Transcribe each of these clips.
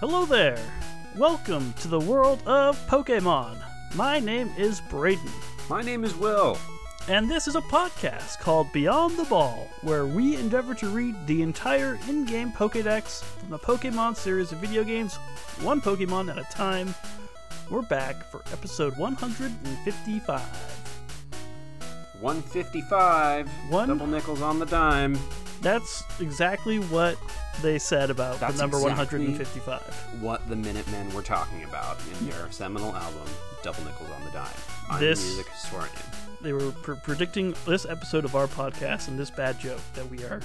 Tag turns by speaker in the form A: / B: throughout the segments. A: Hello there! Welcome to the world of Pokemon. My name is Brayden,
B: My name is Will.
A: and this is a podcast called Beyond the Ball, where we endeavor to read the entire in game Pokedex from the Pokemon series of video games, one Pokemon at a time. We're back for episode 155.
B: 155.
A: One-
B: Double nickels on the dime.
A: That's exactly what they said about the
B: That's
A: number
B: exactly-
A: 155.
B: What the Minutemen were talking about in their seminal album, Double Nickels on the Dime. I'm
A: This-
B: a music historian.
A: They were pre- predicting this episode of our podcast and this bad joke that we are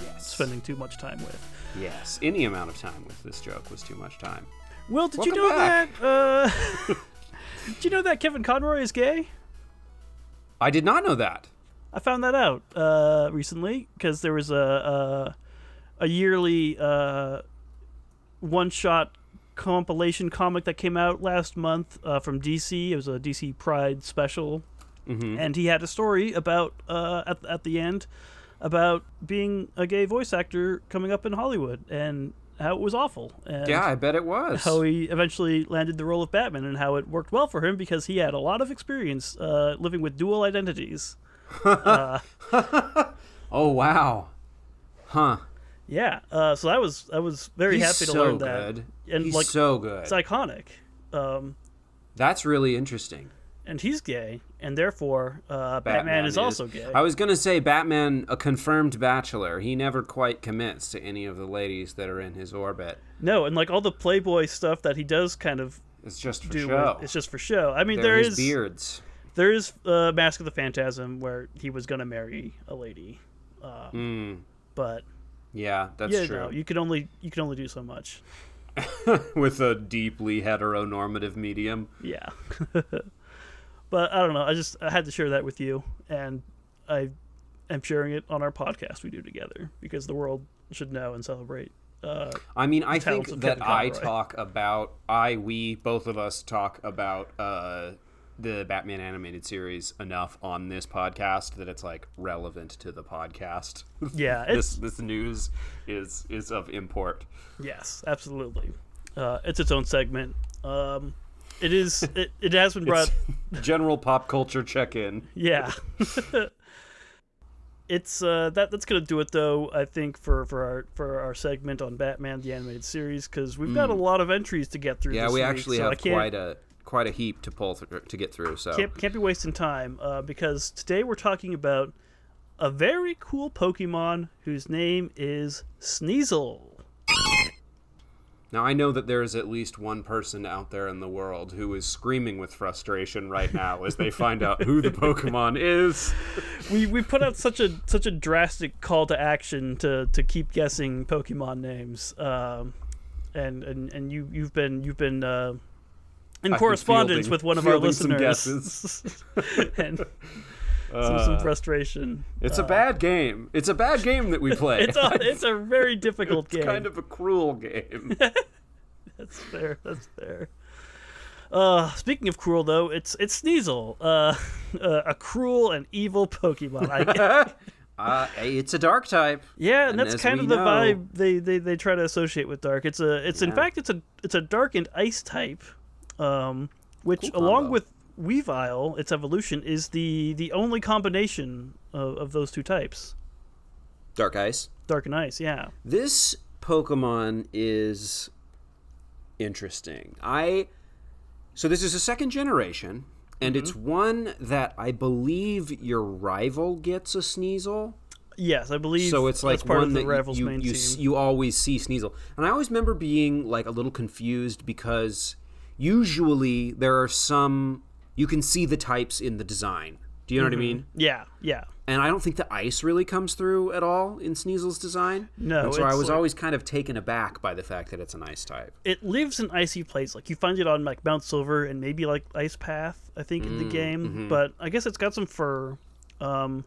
B: Yes.
A: spending too much time with.
B: Yes. Any amount of time with this joke was too much time.
A: Will, did you know
B: Welcome back.
A: that? Uh, did you know that Kevin Conroy is gay?
B: I did not know that.
A: I found that out uh, recently because there was a a, a yearly uh, one shot compilation comic that came out last month uh, from DC. It was a DC Pride special,
B: Mm-hmm.
A: and he had a story about uh, at at the end about being a gay voice actor coming up in Hollywood and how it was awful. And
B: Yeah, I bet it was.
A: how he eventually landed the role of Batman and how it worked well for him because he had a lot of experience uh, living with dual identities.
B: Oh, wow. Huh.
A: Yeah, uh, so I was I was very
B: He's
A: happy to
B: so
A: learn that,
B: good.
A: and
B: He's
A: like
B: so good.
A: it's iconic. Um,
B: That's really interesting.
A: and he's gay, and therefore uh, Batman, is, also gay.
B: I was gonna say Batman, a confirmed bachelor. He never quite commits to any of the ladies that are in his orbit.
A: no, and like all the Playboy stuff that he does, kind of
B: It's just for
A: do
B: show.
A: it's just for show. I mean,
B: They're
A: there
B: his
A: is
B: beards.
A: there is uh, Mask of the Phantasm where he was gonna marry a lady, um, but
B: Yeah, Hmm. that's
A: yeah,
B: true.
A: no, you can only you can only do so much.
B: With a deeply heteronormative medium.
A: Yeah. but I don't know. I just I had to share that with you, and I am sharing it on our podcast we do together because the world should know and celebrate. Uh,
B: I mean, I
A: talents
B: think
A: of
B: that
A: Kevin
B: I
A: Conroy.
B: talk about I we both of us talk about uh, the Batman animated series enough on this podcast that it's like relevant to the podcast.
A: yeah,
B: this
A: it's
B: this news is is of import.
A: yes, absolutely. Uh, it's its own segment. Um, it is. It, it has been brought.
B: General pop culture check in.
A: Yeah. It's uh, that that's gonna do it though I think for, for our for our segment on Batman the animated series because we've got a lot of entries to get through.
B: Mm. Yeah,
A: this
B: we
A: week,
B: actually
A: so I
B: have
A: can't,
B: quite a quite a heap to pull through, to get through. So
A: can't, can't be wasting time uh, because today we're talking about a very cool Pokemon whose name is Sneasel.
B: now I know that there is at least one person out there in the world who is screaming with frustration right now as they find out who the Pokemon is.
A: We, we put out such a such a drastic call to action to, to keep guessing Pokemon names, um, and, and and you you've been you've been uh, in
B: been
A: correspondence
B: fielding-
A: with one of our
B: fielding some
A: listeners,
B: guesses. Uh,
A: and some, some frustration.
B: It's a bad game. It's a bad game that we
A: Uh.
B: play.
A: It's a, it's a very difficult game.
B: kind of a cruel game.
A: That's fair. That's fair. Uh, speaking of cruel, though, it's it's Sneasel, uh, uh, a cruel and evil Pokemon. I,
B: uh, it's a dark type.
A: yeah, and,
B: And
A: that's
B: as
A: kind
B: we
A: of the
B: know-
A: vibe they, they, they try to associate with dark. It's a it's in fact it's a it's a dark and ice type, um, which
B: Cool
A: along
B: combo.
A: with Weavile, its evolution is the the only combination of, of those two types,
B: Dark ice.
A: dark and ice. Yeah,
B: This Pokemon is interesting. I so this is a second generation, and it's
A: Mm-hmm.
B: one that I believe your rival gets a Sneasel.
A: yes, I believe.
B: So it's
A: that's
B: like
A: part
B: one
A: of the
B: that
A: rivals
B: you
A: main
B: you,
A: team.
B: s- you always see Sneasel, and I always remember being like a little confused because usually there are some you can see the types in the design. Do you know
A: Mm-hmm.
B: what I mean?
A: yeah, yeah.
B: and I don't think the ice really comes through at all in Sneasel's design.
A: No,
B: and so I
A: it's
B: was
A: like-
B: always kind of taken aback by the fact that it's an ice type.
A: it lives in icy places. Like you find it on like Mount Silver and maybe like Ice Path, I think,
B: Mm,
A: in the game.
B: mm-hmm.
A: But I guess it's got some fur, um,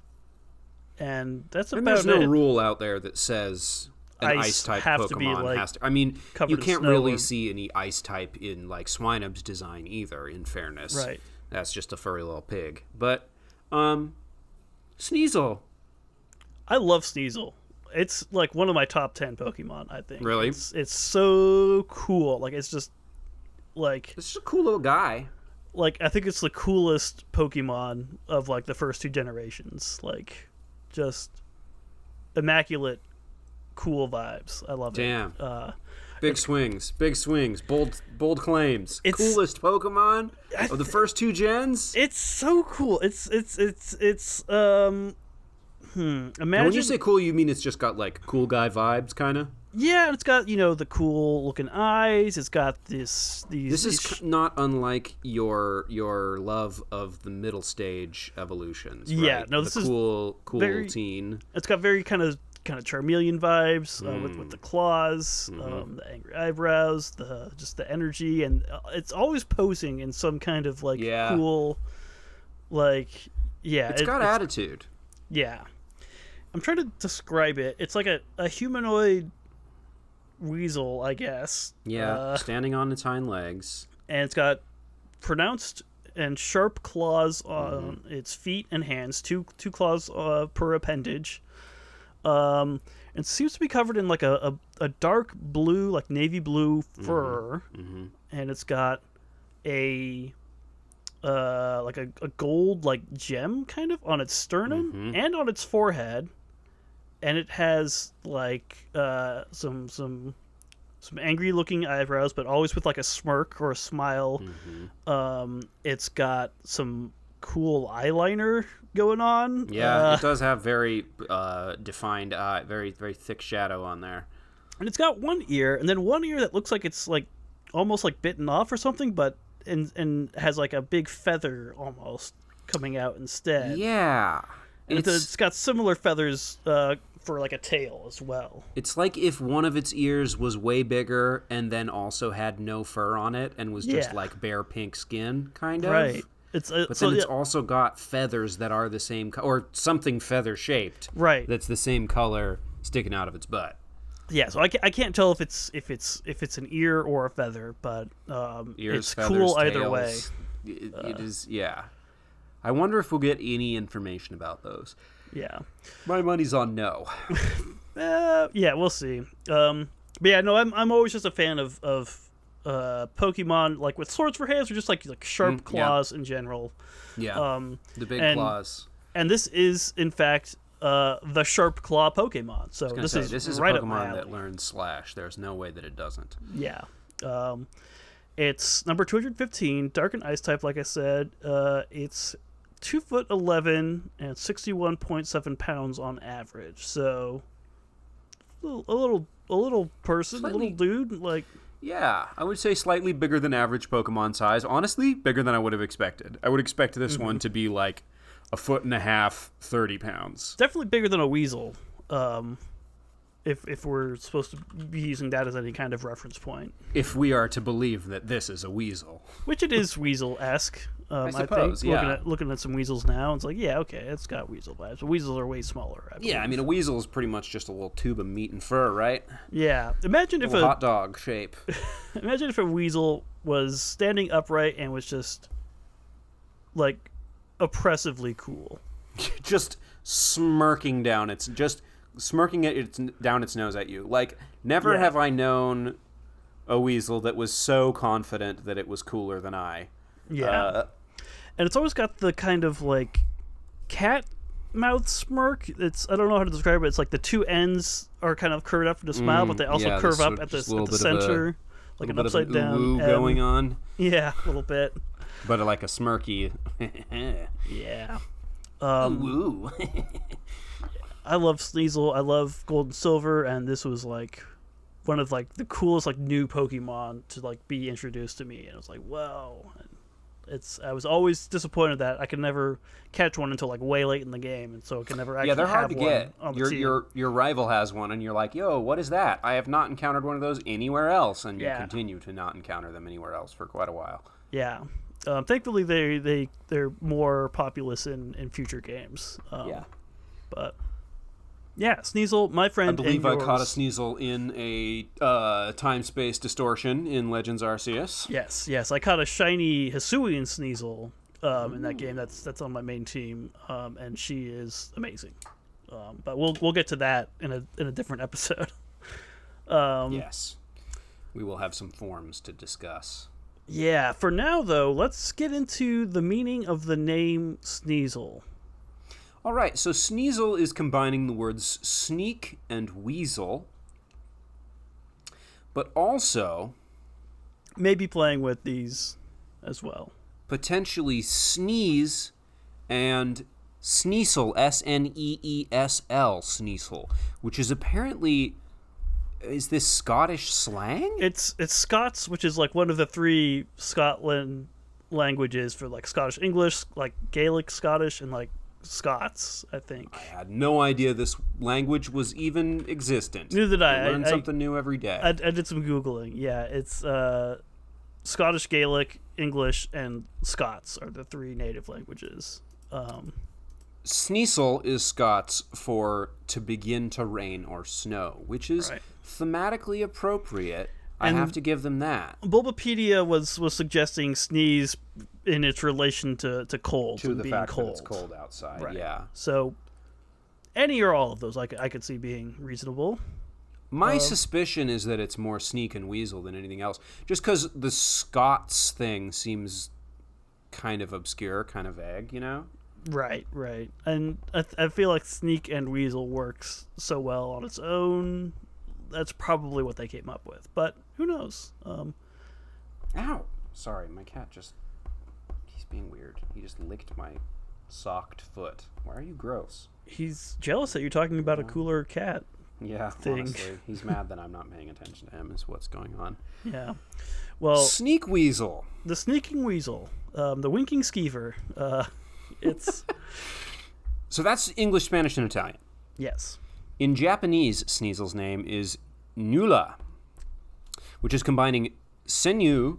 A: and that's
B: And
A: about
B: there's no
A: it.
B: rule out there that says an
A: Ice
B: ice, type
A: have to be,
B: Pokemon
A: like,
B: has to. I mean,
A: covered
B: you
A: in
B: can't
A: snow
B: really
A: or-
B: see any ice type in like Swinub's design either. In fairness,
A: Right.
B: That's just a furry little pig. But um, Sneasel,
A: I love Sneasel. it's like one of my top 10 Pokemon, I think.
B: Really?
A: It's, it's so cool. Like it's just like
B: This is a cool little guy.
A: like I think it's the coolest Pokemon of like the first two generations. Like just immaculate cool vibes. I love
B: Damn.
A: it. Uh
B: Big swings, big swings, bold bold claims.
A: It's-
B: Coolest Pokemon of the first two gens.
A: it's so cool. It's it's it's it's um hmm
B: And
A: imagine
B: when you say cool, you mean it's just got like cool guy vibes, kind of.
A: yeah, and it's got, you know, the cool looking eyes. It's got this these
B: This is
A: these-
B: k- not unlike your your love of the middle stage evolutions.
A: Yeah,
B: right?
A: no,
B: The
A: this is
B: cool cool
A: very-
B: teen.
A: It's got very kind of kind of Charmeleon vibes uh, with with
B: Mm.
A: the claws,
B: Mm-hmm.
A: um, the angry eyebrows, the just the energy, and uh, it's always posing in some kind of like
B: Yeah.
A: cool, like yeah,
B: It's
A: it-
B: got
A: it's-
B: attitude.
A: yeah. I'm trying to describe it. It's like a, a humanoid weasel, I guess.
B: Yeah,
A: Uh,
B: standing on its hind legs.
A: and it's got pronounced and sharp claws on its feet and hands, two two claws uh, per appendage. Um, and seems to be covered in like a, a, a dark blue, like navy blue fur, and it's got a uh, like a, a gold like gem kind of on its sternum and on its forehead, and it has like uh, some some some angry looking eyebrows, but always with like a smirk or a smile.
B: Mm-hmm.
A: Um, it's got some cool eyeliner going on.
B: Yeah,
A: Uh,
B: it does have very uh, defined eye, very very thick shadow on there.
A: and it's got one ear and then one ear that looks like it's like almost like bitten off or something, but and and has like a big feather almost coming out instead.
B: Yeah,
A: and it's,
B: it's
A: it's got similar feathers uh, for like a tail as well.
B: it's like if one of its ears was way bigger and then also had no fur on it and was just
A: Yeah.
B: like bare pink skin, kind of.
A: Right. It's uh,
B: But
A: so
B: then it's
A: yeah,
B: also got feathers that are the same, co- or something feather shaped
A: right.
B: that's the same color sticking out of its butt.
A: yeah so I, ca- I can't tell if it's if it's if it's an ear or a feather but um
B: Ears,
A: it's
B: feathers,
A: cool either way
B: tails. It, it is, yeah. I wonder if we'll get any information about those.
A: yeah
B: My money's on no.
A: uh, yeah we'll see um but yeah no i'm, I'm always just a fan of of uh pokemon like with swords for hands or just like like sharp
B: Mm, yeah.
A: claws in general
B: Yeah,
A: um
B: the big
A: and-
B: claws.
A: and this is in fact uh the sharp claw pokemon so
B: I was
A: this
B: gonna
A: is
B: say, this is
A: right
B: a
A: up my
B: Pokemon
A: alley.
B: that learns Slash. There's no way that it doesn't.
A: Yeah. Um, it's number 215, dark and ice type, like I said. Uh, it's 2 foot 11 and 61.7 pounds on average. So a little a little, a little person,
B: Slightly-
A: little dude, like
B: Yeah, I would say slightly bigger than average Pokemon size. Honestly, bigger than I would have expected. I would expect this
A: Mm-hmm.
B: one to be like a foot and a half, 30 pounds.
A: definitely bigger than a weasel. Um, if, if we're supposed to be using that as any kind of reference point,
B: If we are to believe that this is a weasel.
A: which it is weasel esque, um, I,
B: suppose,
A: think. Looking
B: yeah.
A: at looking at some weasels now, it's like yeah, okay, it's got weasel vibes. But weasels are way smaller. I
B: Yeah, I mean, a weasel is pretty much just a little tube of meat and fur, right?
A: yeah. Imagine if
B: Little
A: a
B: hot dog shape.
A: Imagine if a weasel was standing upright and was just like oppressively cool.
B: just smirking down its, just smirking at its down its nose at you. Like, never
A: Yeah.
B: have I known a weasel that was so confident that it was cooler than I.
A: Yeah.
B: Uh,
A: and it's always got the kind of like cat mouth smirk. It's I don't know how to describe it. It's like the two ends are kind of curved up into a smile, but they also
B: Mm, yeah,
A: curve
B: there's
A: up
B: sort of
A: at the,
B: just a
A: at
B: little
A: the
B: bit of a-
A: center. Like an
B: bit of an
A: upside down
B: ooh
A: M.
B: going on,
A: Yeah, a little bit.
B: but uh, like a smirky
A: Yeah.
B: Um, woo.
A: I love Sneasel. I love Gold and Silver, and this was like one of like the coolest like new Pokemon to like be introduced to me, and I was like, whoa. And it's I was always disappointed that I could never catch one until like way late in the game, and so I could never actually
B: yeah, they're hard
A: have
B: to
A: one
B: get.
A: on the
B: Your
A: team.
B: your your rival has one, and you're like, "Yo, what is that? I have not encountered one of those anywhere else." And
A: Yeah.
B: you continue to not encounter them anywhere else for quite a while.
A: Yeah. Um, thankfully, they they they're more populous in in future games. Um, But yeah, Sneasel, my friend.
B: I believe I
A: and
B: caught a
A: yours.
B: Sneasel in a uh, time space distortion in Legends Arceus.
A: Yes, yes, I caught a shiny Hisuian Sneasel um, in that game. That's that's on my main team, um, and she is amazing. Um, but we'll we'll get to that in a in a different episode. um,
B: yes. We will have some forms to discuss.
A: yeah. For now, though, let's get into the meaning of the name Sneasel.
B: All right, so sneasel is combining the words sneak and weasel, but also
A: Maybe playing with these as well.
B: potentially sneeze and sneasel, S N E E S L, sneasel, which is apparently. Is this Scottish slang?
A: It's it's Scots, which is like one of the three Scotland languages for like Scottish English, like Gaelic Scottish, and like Scots. I think.
B: I had no idea this language was even existent.
A: Neither did I.
B: I learn
A: I- I-
B: something new every day.
A: I, I did some googling. Yeah, it's uh, Scottish Gaelic, English, and Scots are the three native languages. Um,
B: Sneasel is Scots for to begin to rain or snow, which is
A: Right.
B: thematically appropriate.
A: And-
B: I have to give them that.
A: Bulbapedia was was suggesting sneeze in its relation to to cold
B: To
A: and
B: the
A: being
B: fact
A: cold.
B: that it's cold outside.
A: Right.
B: Yeah.
A: So any or all of those, I could, I could see being reasonable.
B: My suspicion is that it's more sneak and weasel than anything else, just because the Scots thing seems kind of obscure, kind of vague, you know?
A: Right, right. And I, th- I feel like sneak and weasel works so well on its own. That's probably what they came up with, but who knows? Um,
B: Ow! Sorry, my cat just. He's being weird. He just licked my socked foot. Why are you gross?
A: he's jealous that you're talking about a cooler cat.
B: Yeah,
A: Thing.
B: honestly. He's mad that I'm not paying attention to him, is what's going on.
A: Yeah. Well,
B: Sneak Weasel.
A: the sneaking weasel, um, the winking skeever. Uh, it's
B: So that's English, Spanish, and Italian.
A: yes,
B: In Japanese, Sneasel's name is Nula, which is combining Senyu,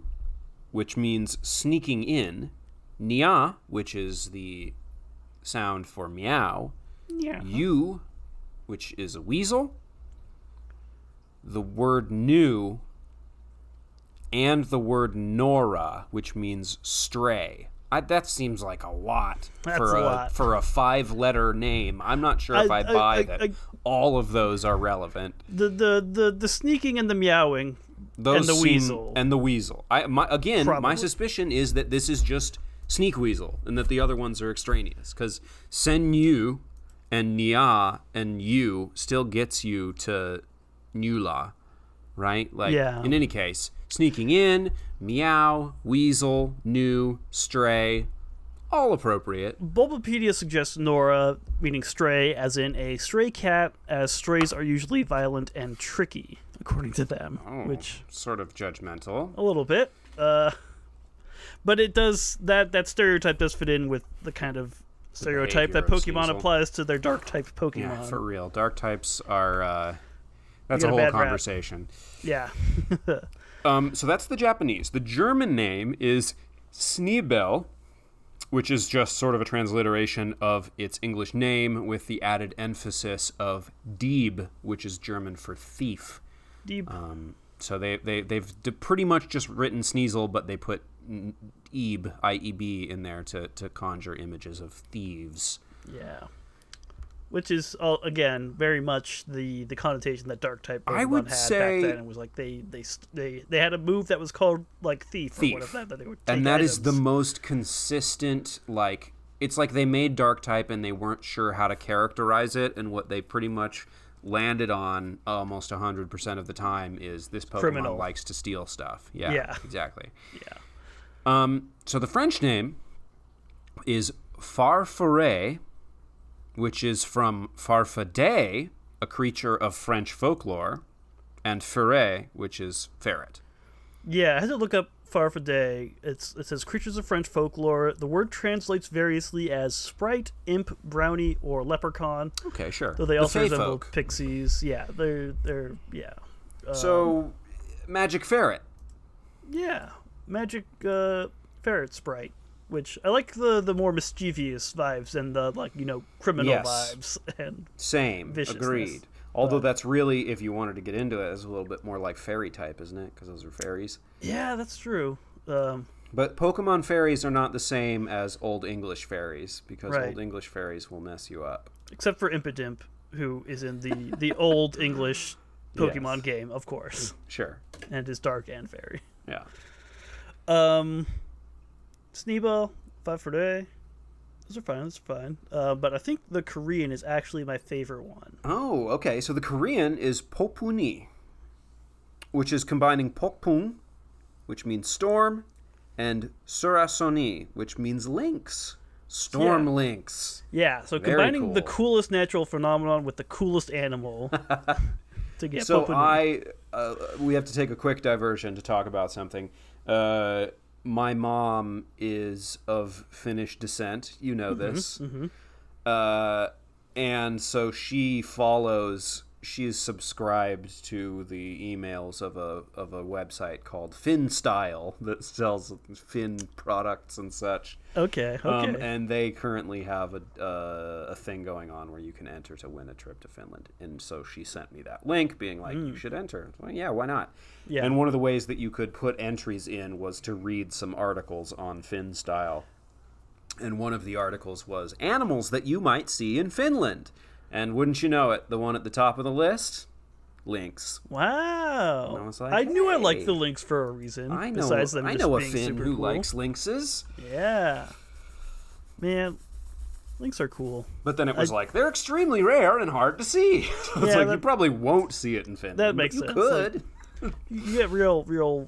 B: which means sneaking in, Nya, which is the sound for meow,
A: yeah,
B: Yu, which is a weasel, the word new, and the word Nora, which means stray. I, that seems like a lot
A: That's
B: for
A: a
B: a,
A: lot.
B: for a five letter name. I'm not sure if
A: I-
B: I,
A: I-
B: buy
A: I-
B: that
A: I-
B: all of those are relevant.
A: the, the the the sneaking and the meowing.
B: Those
A: the
B: seem-
A: weasel.
B: and the weasel. I my, again, my
A: Probably.
B: suspicion is that this is just sneak weasel, and that the other ones are extraneous because senyu and nia and you still gets you to nula, right? Like
A: Yeah.
B: in any case, sneaking in, meow, weasel, new, stray, all appropriate.
A: Bulbapedia suggests Nora, meaning stray, as in a stray cat, as strays are usually violent and tricky, according to them.
B: Oh.
A: Which
B: sort of judgmental.
A: a little bit, uh, but it does that that stereotype does fit in with the kind of stereotype that
B: behavior of
A: Pokemon
B: Sneasel.
A: applies to their dark type Pokemon.
B: Yeah, for real. Dark types are. Uh, that's
A: You get a
B: a whole
A: bad rap.
B: conversation.
A: yeah.
B: Um, so that's the Japanese. The German name is Schneebel, which is just sort of a transliteration of its English name with the added emphasis of Dieb, which is German for thief.
A: Deep.
B: Um, so they, they, they've d- pretty much just written Sneasel, but they put n- Eb, I-E-B, in there to, to conjure images of thieves.
A: Yeah. Which is uh, again very much the the connotation that dark type
B: I
A: Pokemon
B: would
A: had
B: say-
A: back then. It was like they they s- they they had a move that was called like thief,
B: Thief.
A: or whatever that they would take
B: and that is the
A: items.
B: most consistent like it's like they made dark type and they weren't sure how to characterize it and what they pretty much landed on almost 100% of the time is this pokemon
A: Criminal.
B: likes to steal stuff yeah,
A: Yeah.
B: exactly
A: yeah.
B: um, so the french name is farfaret which is from farfadet a creature of french folklore and ferret which is ferret
A: Yeah, I had to look up Farfadet. It's it says creatures of French folklore. The word translates variously as sprite, imp, brownie, or leprechaun.
B: okay sure
A: Though they
B: The
A: also
B: Fey
A: resemble
B: folk.
A: pixies. Yeah, they're they're yeah
B: So, magic ferret.
A: yeah magic uh, ferret sprite. Which I like the the more mischievous vibes and the like you know criminal
B: Yes.
A: vibes and
B: Same.
A: Viciousness.
B: Agreed. Although that's really, if you wanted to get into it, is a little bit more like fairy type, isn't it? Because those are fairies.
A: Yeah, that's true. Um,
B: But Pokemon fairies are not the same as Old English fairies because
A: Right.
B: Old English fairies will mess you up.
A: except for Impidimp, who is in the the old English Pokemon
B: Yes.
A: game, of course,
B: Sure.
A: and is dark and fairy.
B: Yeah.
A: Um, Sneebel, five for day. Those are fine. Those are fine. Uh, but I think the Korean is actually my favorite one.
B: Oh, okay. So the Korean is Popuni, which is combining Pokpung, which means storm, and Surasoni, which means lynx. Storm
A: Yeah.
B: lynx.
A: Yeah. So
B: Very
A: combining the
B: cool.
A: coolest natural phenomenon with the coolest animal to get
B: So
A: Popinoo.
B: I, uh, we have to take a quick diversion to talk about something. Uh, my mom is of Finnish descent. You know this, Uh, and so she follows. She is subscribed to the emails of a of a website called Finn Style that sells Finn products and such.
A: Okay. Okay.
B: Um, and they currently have a, uh, a thing going on where you can enter to win a trip to Finland. And so she sent me that link being like, you should enter. Well, yeah, why not?
A: Hmm. Yeah.
B: And one of the ways that you could put entries in was to read some articles on Finn style. And one of the articles was animals that you might see in Finland. And wouldn't you know it, the one at the top of the list? Lynx.
A: wow.
B: I was like,
A: I knew I liked
B: hey.
A: the links for a reason.
B: I know,
A: Besides them
B: I
A: just
B: know a
A: being
B: Finn
A: super
B: who
A: cool.
B: likes lynxes.
A: Yeah. Man, links are cool.
B: But then it was like they're extremely rare and hard to see. so it's
A: Yeah,
B: like you
A: that-
B: probably won't see it in Finland.
A: That
B: but
A: makes
B: you
A: sense,
B: Could.
A: You can get real, real,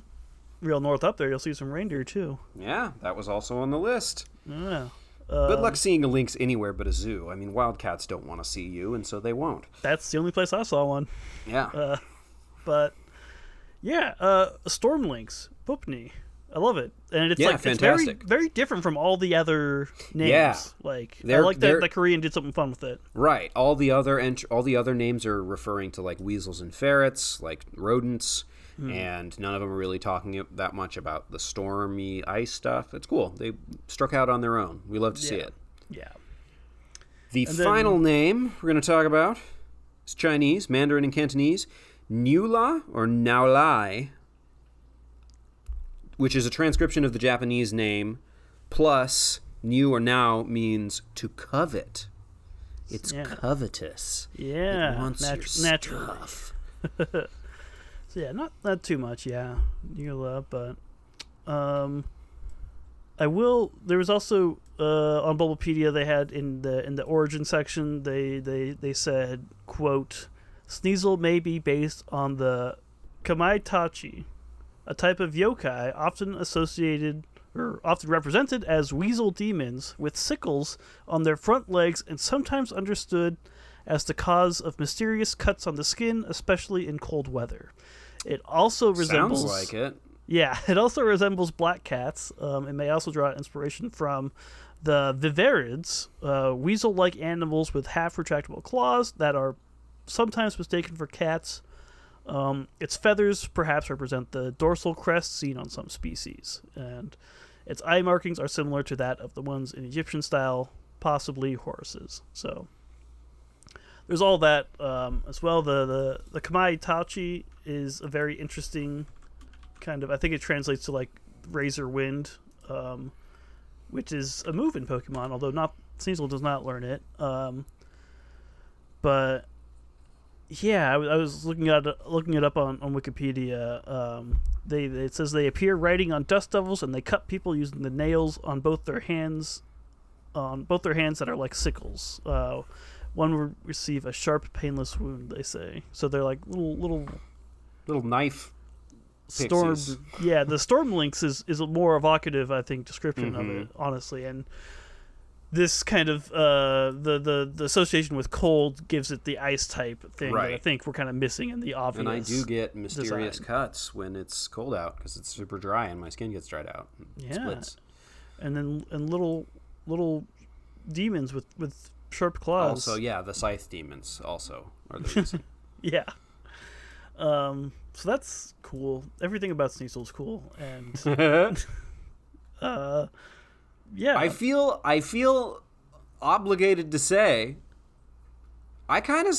A: real north up there. You'll see some reindeer too.
B: Yeah, that was also on the list.
A: Yeah.
B: Good
A: Um,
B: luck seeing a lynx anywhere but a zoo. I mean, wildcats don't want to see you, and so they won't.
A: That's the only place I saw one.
B: Yeah.
A: Uh. But yeah, uh, storm links, Pupni. I love it, and it's
B: Yeah,
A: like it's very
B: fantastic.
A: very different from all the other names.
B: Yeah.
A: Like I
B: They're-
A: like
B: they're-
A: that the Korean did something fun with it.
B: right. All the other ent- all the other names are referring to like weasels and ferrets, like rodents,
A: Hmm.
B: and none of them are really talking that much about the stormy ice stuff. It's cool. They struck out on their own. We love to see
A: Yeah.
B: it.
A: Yeah.
B: The
A: then-
B: final name we're going to talk about is Chinese, Mandarin, and Cantonese. Niula or Naolai, which is a transcription of the Japanese name, plus new or now means to covet. It's
A: Yeah.
B: covetous.
A: Yeah.
B: it wants
A: nat-
B: your
A: naturally.
B: stuff.
A: So yeah, not not too much. Yeah, Nula, but um, I will. There was also uh, on Bulbapedia they had in the in the origin section they they they said quote Sneasel may be based on the Kamaitachi, a type of yokai often associated or often represented as weasel demons with sickles on their front legs and sometimes understood as the cause of mysterious cuts on the skin, especially in cold weather. It also resembles
B: Sounds like it.
A: yeah, it also resembles black cats. Um, it may also draw inspiration from the viverids, uh, weasel like animals with half retractable claws that are sometimes mistaken for cats. Um, its feathers perhaps represent the dorsal crest seen on some species, and its eye markings are similar to that of the ones in Egyptian style, possibly horses. So there's all that um, as well. The, the, the Kamai Tachi is a very interesting kind of. I think it translates to like Razor Wind, um, which is a move in Pokemon, although not Sneasel does not learn it. Um, but yeah, I, w- I was looking at looking it up on on Wikipedia. Um, they it says they appear riding on dust devils and they cut people using the nails on both their hands, on both their hands that are like sickles. Uh, one would receive a sharp, painless wound. They say so. They're like little little
B: Little knife.
A: storm
B: Pixies.
A: yeah the storm lynx is is a more evocative i think description of
B: Mm-hmm.
A: it honestly and this kind of uh the, the the association with cold gives it the ice type thing that i
B: Right.
A: think we're kind of missing in the obvious
B: And I do get mysterious
A: design.
B: cuts when it's cold out because it's super dry and my skin gets dried out. and
A: Yeah.
B: Splits.
A: and then and little little demons with with sharp claws
B: Also, yeah, the scythe demons also are the reason.
A: yeah um so that's cool everything about sneasel's cool and uh yeah
B: I feel I feel obligated to say I kind of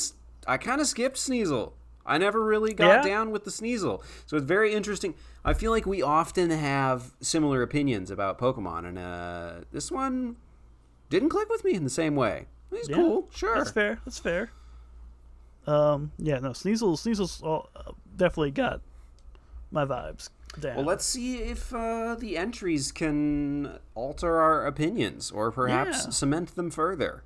B: I kind of skipped Sneasel. I never really got
A: Yeah?
B: down with the Sneasel. So it's very interesting. I feel like we often have similar opinions about Pokemon and uh this one didn't click with me in the same way. He's
A: Yeah,
B: cool. Sure.
A: That's fair. That's fair. Um, yeah, no, Sneasel, Sneasel's all, uh, definitely got my vibes. Damn.
B: Well, let's see if uh, the entries can alter our opinions or perhaps
A: Yeah.
B: cement them further.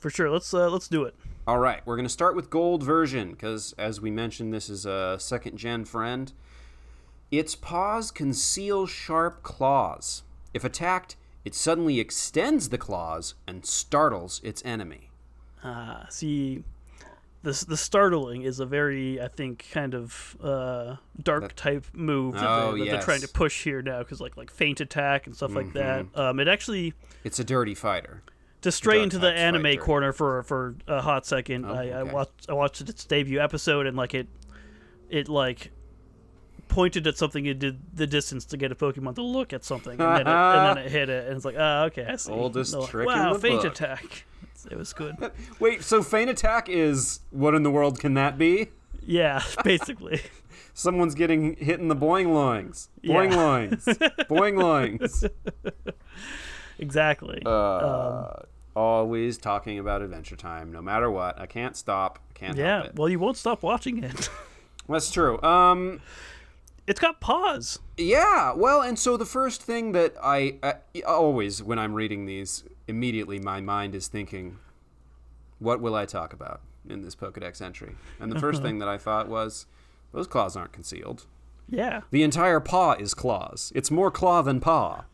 A: for sure. Let's uh, let's do it.
B: All right, we're going to start with gold version because, as we mentioned, this is a second gen friend. Its paws conceal sharp claws. If attacked, it suddenly extends the claws and startles its enemy.
A: Uh, see, this the startling is a very I think kind of uh, dark type move that,
B: Oh,
A: they, that they're trying to
B: yes. Mm-hmm.
A: push here now because like like faint attack and stuff like that. Um, it actually
B: It's a dirty fighter.
A: to stray
B: Dark
A: into the
B: Knights
A: anime
B: Fighter.
A: corner for for a hot second. I, I
B: okay.
A: watched I watched its debut episode and like it it like pointed at something it did the distance to get a Pokemon to look at something and then it, and then it hit it and it's like ah okay I see
B: Oldest
A: And they're like,
B: trick in
A: wow
B: the
A: faint
B: book.
A: attack It's- it was good
B: Wait, so faint attack is what in the world can that be?
A: yeah basically
B: Someone's getting hit in the boing loings. Boing
A: Yeah.
B: loings. boing loings.
A: exactly
B: Uh, always talking about Adventure Time, no matter what. I can't stop. I can't
A: yeah
B: help it.
A: well you won't stop watching it
B: That's true. Um,
A: it's got paws
B: yeah. Well, and so the first thing that I, I always when I'm reading these, immediately my mind is thinking, what will I talk about in this Pokedex entry? And the first thing that I thought was, those claws aren't concealed.
A: yeah
B: The entire paw is claws. It's more claw than paw.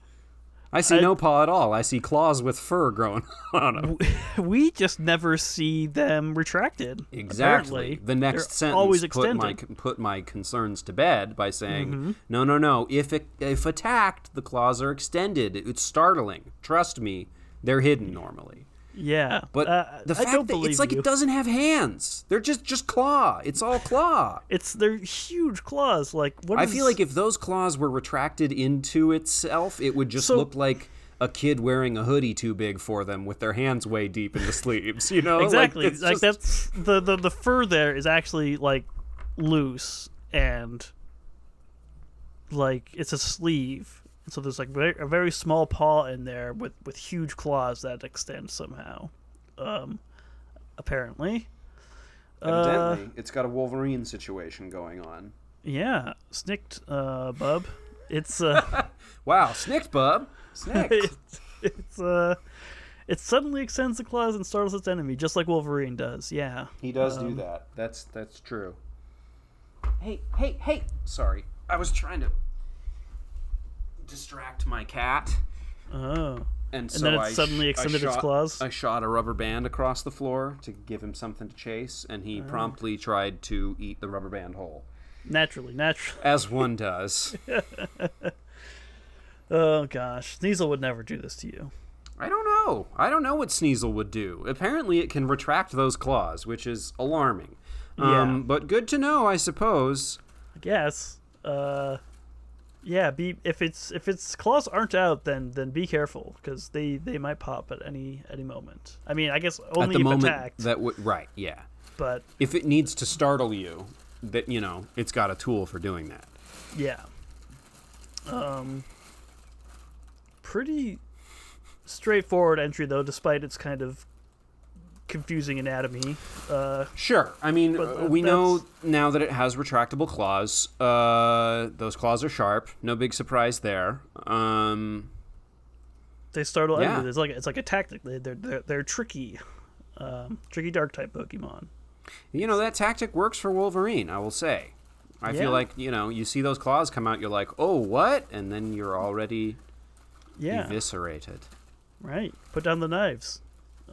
B: I see
A: I-
B: no paw at all. I see claws with fur growing on them.
A: we just never see them retracted
B: Exactly.
A: apparently.
B: The next
A: They're
B: sentence
A: always
B: put my
A: extended. Mm-hmm.
B: put my concerns to bed by saying, "No, no, no. If it, if attacked, the claws are extended. It's startling. Trust me, they're hidden normally."
A: yeah
B: But
A: uh,
B: the
A: I
B: fact
A: don't
B: that
A: believe
B: it's like
A: you.
B: it doesn't have hands. They're just just claw. It's all claw.
A: It's their huge claws. Like what
B: I
A: is-
B: feel like if those claws were retracted into itself, it would just
A: So-
B: look like a kid wearing a hoodie too big for them with their hands way deep in the sleeves, you know? Like,
A: exactly like,
B: it's just-
A: that's the, the the fur there is actually like loose and like it's a sleeve. And so there's like very, a very small paw in there with with huge claws that extend somehow. Um, apparently, uh,
B: Evidently, it's got a Wolverine situation going on.
A: yeah. Snicked, uh, bub. It's uh,
B: Wow, snicked, bub. Snicked.
A: it's, it's uh, it suddenly extends the claws and startles its enemy, just like Wolverine does. Yeah.
B: he does
A: Um,
B: do that. That's that's true. Hey, hey, hey! Sorry, I was trying to distract my cat,
A: Oh.
B: and so
A: then it
B: I sh-
A: suddenly
B: I
A: extended its
B: shot-
A: claws?
B: I shot a rubber band across the floor to give him something to chase, and
A: Oh.
B: he promptly tried to eat the rubber band whole,
A: Naturally, naturally.
B: as one does.
A: Oh gosh, Sneasel would never do this to you.
B: I don't know. I don't know what Sneasel would do. Apparently, it can retract those claws, which is alarming. Um,
A: Yeah.
B: But good to know, I suppose.
A: I guess. Uh, yeah. Be if it's if its claws aren't out, then then be careful because they they might pop at any any moment. I mean, I guess only
B: At the
A: if
B: moment,
A: attacked.
B: that would right, yeah.
A: but
B: If it needs to startle you, that you know, it's got a tool for doing that.
A: yeah. Um. Pretty straightforward entry though, despite its kind of confusing anatomy. Uh,
B: Sure. I mean,
A: But
B: uh, we
A: that's-
B: know now that it has retractable claws. Uh, those claws are sharp. No big surprise there. Um,
A: they startle
B: Yeah.
A: yeah. It's like it's like a tactic. They- They're they're, they're tricky, um, tricky dark type Pokemon.
B: you know that tactic works for Wolverine. I will say. I
A: Yeah.
B: feel like you know you see those claws come out. You're like, oh, what? And then you're already
A: Yeah,
B: eviscerated.
A: right. Put down the knives.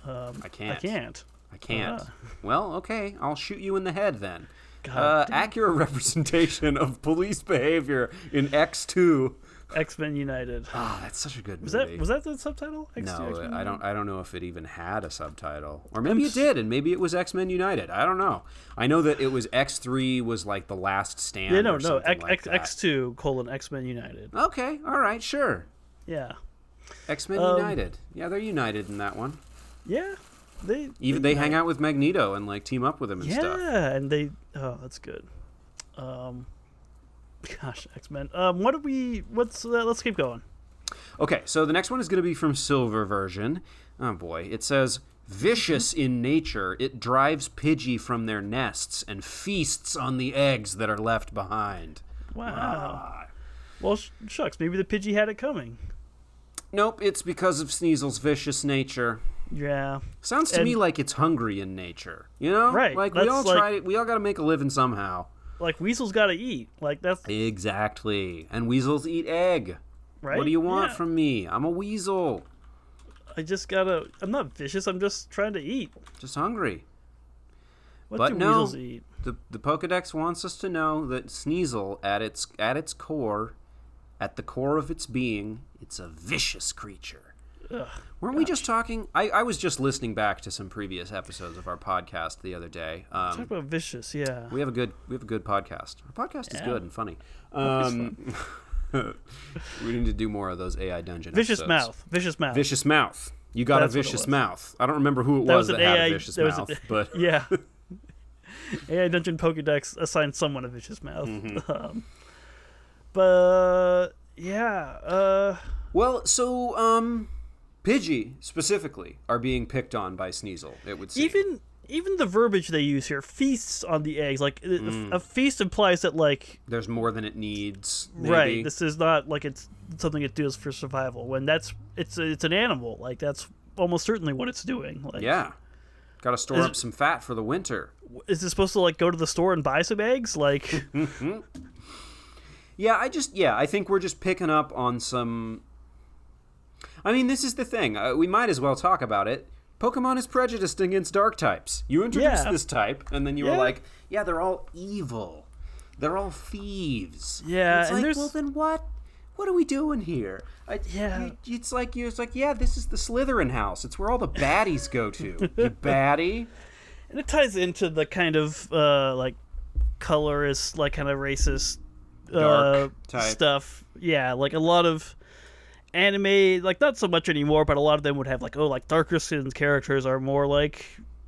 A: Um,
B: I can't.
A: I can't.
B: I can't.
A: Ah.
B: Well, okay. I'll shoot you in the head then.
A: God
B: Uh, accurate representation of police behavior in X2.
A: X Men United.
B: Ah, that's such a good
A: Was
B: movie.
A: that was that the subtitle? X2
B: no,
A: X-Men
B: I
A: United?
B: don't. I don't know if it even had a subtitle, or maybe it did, and maybe it was X Men United. I don't know. I know that it was X three was like the last stand.
A: Yeah,
B: or
A: no, no.
B: something
A: X
B: like
A: X
B: that.
A: X two colon X Men United.
B: Okay, all right, sure.
A: Yeah,
B: X Men
A: Um,
B: United. Yeah, they're united in that one.
A: yeah. They
B: Even they hang out with Magneto and like team up with him and
A: Yeah,
B: stuff.
A: and they. Oh, that's good. Um, gosh, X Men. Um, what do we? What's? Uh, let's keep going.
B: Okay, so the next one is going to be from Silver Version. Oh boy. It says Vicious in nature, it drives Pidgey from their nests and feasts on the eggs that are left behind.
A: Wow. Well, sh- shucks, maybe the Pidgey had it coming.
B: Nope, it's because of Sneasel's vicious nature.
A: Yeah.
B: Sounds to
A: And-
B: me like it's hungry in nature. You know?
A: Right,
B: Like we
A: that's
B: all
A: like-
B: try we all gotta make a living somehow.
A: Like weasels got to eat. Like that's
B: Exactly. And weasels eat egg.
A: right.
B: What do you want
A: Yeah.
B: from me? I'm a weasel.
A: I just gotta. I'm not vicious. I'm just trying to eat.
B: Just hungry.
A: What
B: But
A: do
B: no.
A: weasels eat?
B: The the Pokedex wants us to know that Sneasel at its at its core, at the core of its being, it's a vicious creature.
A: Ugh,
B: Weren't we just talking? I, I was just listening back to some previous episodes of our podcast the other day. Um,
A: Talk about vicious. Yeah.
B: We have a good we have a good podcast. Our podcast is
A: Yeah.
B: good and funny. Um, we need to do more of those AI dungeon.
A: Vicious
B: episodes.
A: mouth. Vicious mouth.
B: Vicious mouth. You got
A: That's
B: a
A: what it
B: vicious
A: was.
B: mouth. I don't remember who it
A: That was
B: was, that
A: an
B: had
A: AI
B: a vicious
A: that was an-
B: mouth, but
A: Yeah. AI Dungeon Pokedex assigned someone a vicious mouth.
B: Mm-hmm.
A: Um, but yeah, uh,
B: well, so um, Pidgey specifically are being picked on by Sneasel. It would seem.
A: even even the verbiage they use here feasts on the eggs. Like a-
B: Mm.
A: a feast implies that like
B: there's more than it needs. Maybe.
A: right, this is not like it's something it does for survival. When that's it's it's an animal. Like that's almost certainly what it's doing. Like
B: yeah. Got to store
A: Is-
B: up some fat for the winter.
A: is it supposed to like go to the store and buy some eggs? Like
B: Yeah, I just yeah, I think we're just picking up on some. I mean, this is the thing. Uh, we might as well talk about it. Pokemon is prejudiced against dark types. You introduced
A: Yeah.
B: this type, and then you
A: Yeah.
B: were like, "Yeah, they're all evil. They're all thieves."
A: Yeah,
B: it's
A: and
B: like,
A: there's-
B: well, then what? What are we doing here? I,
A: Yeah.
B: you- it's like you're. It's like, yeah, this is the Slytherin house. It's where all the baddies go to. you baddie.
A: and it ties into the kind of uh, like colorist, like kind of racist uh,
B: Dark type.
A: stuff. Yeah, like a lot of anime, like not so much anymore, but a lot of them would have like oh, like darker skinned characters are more like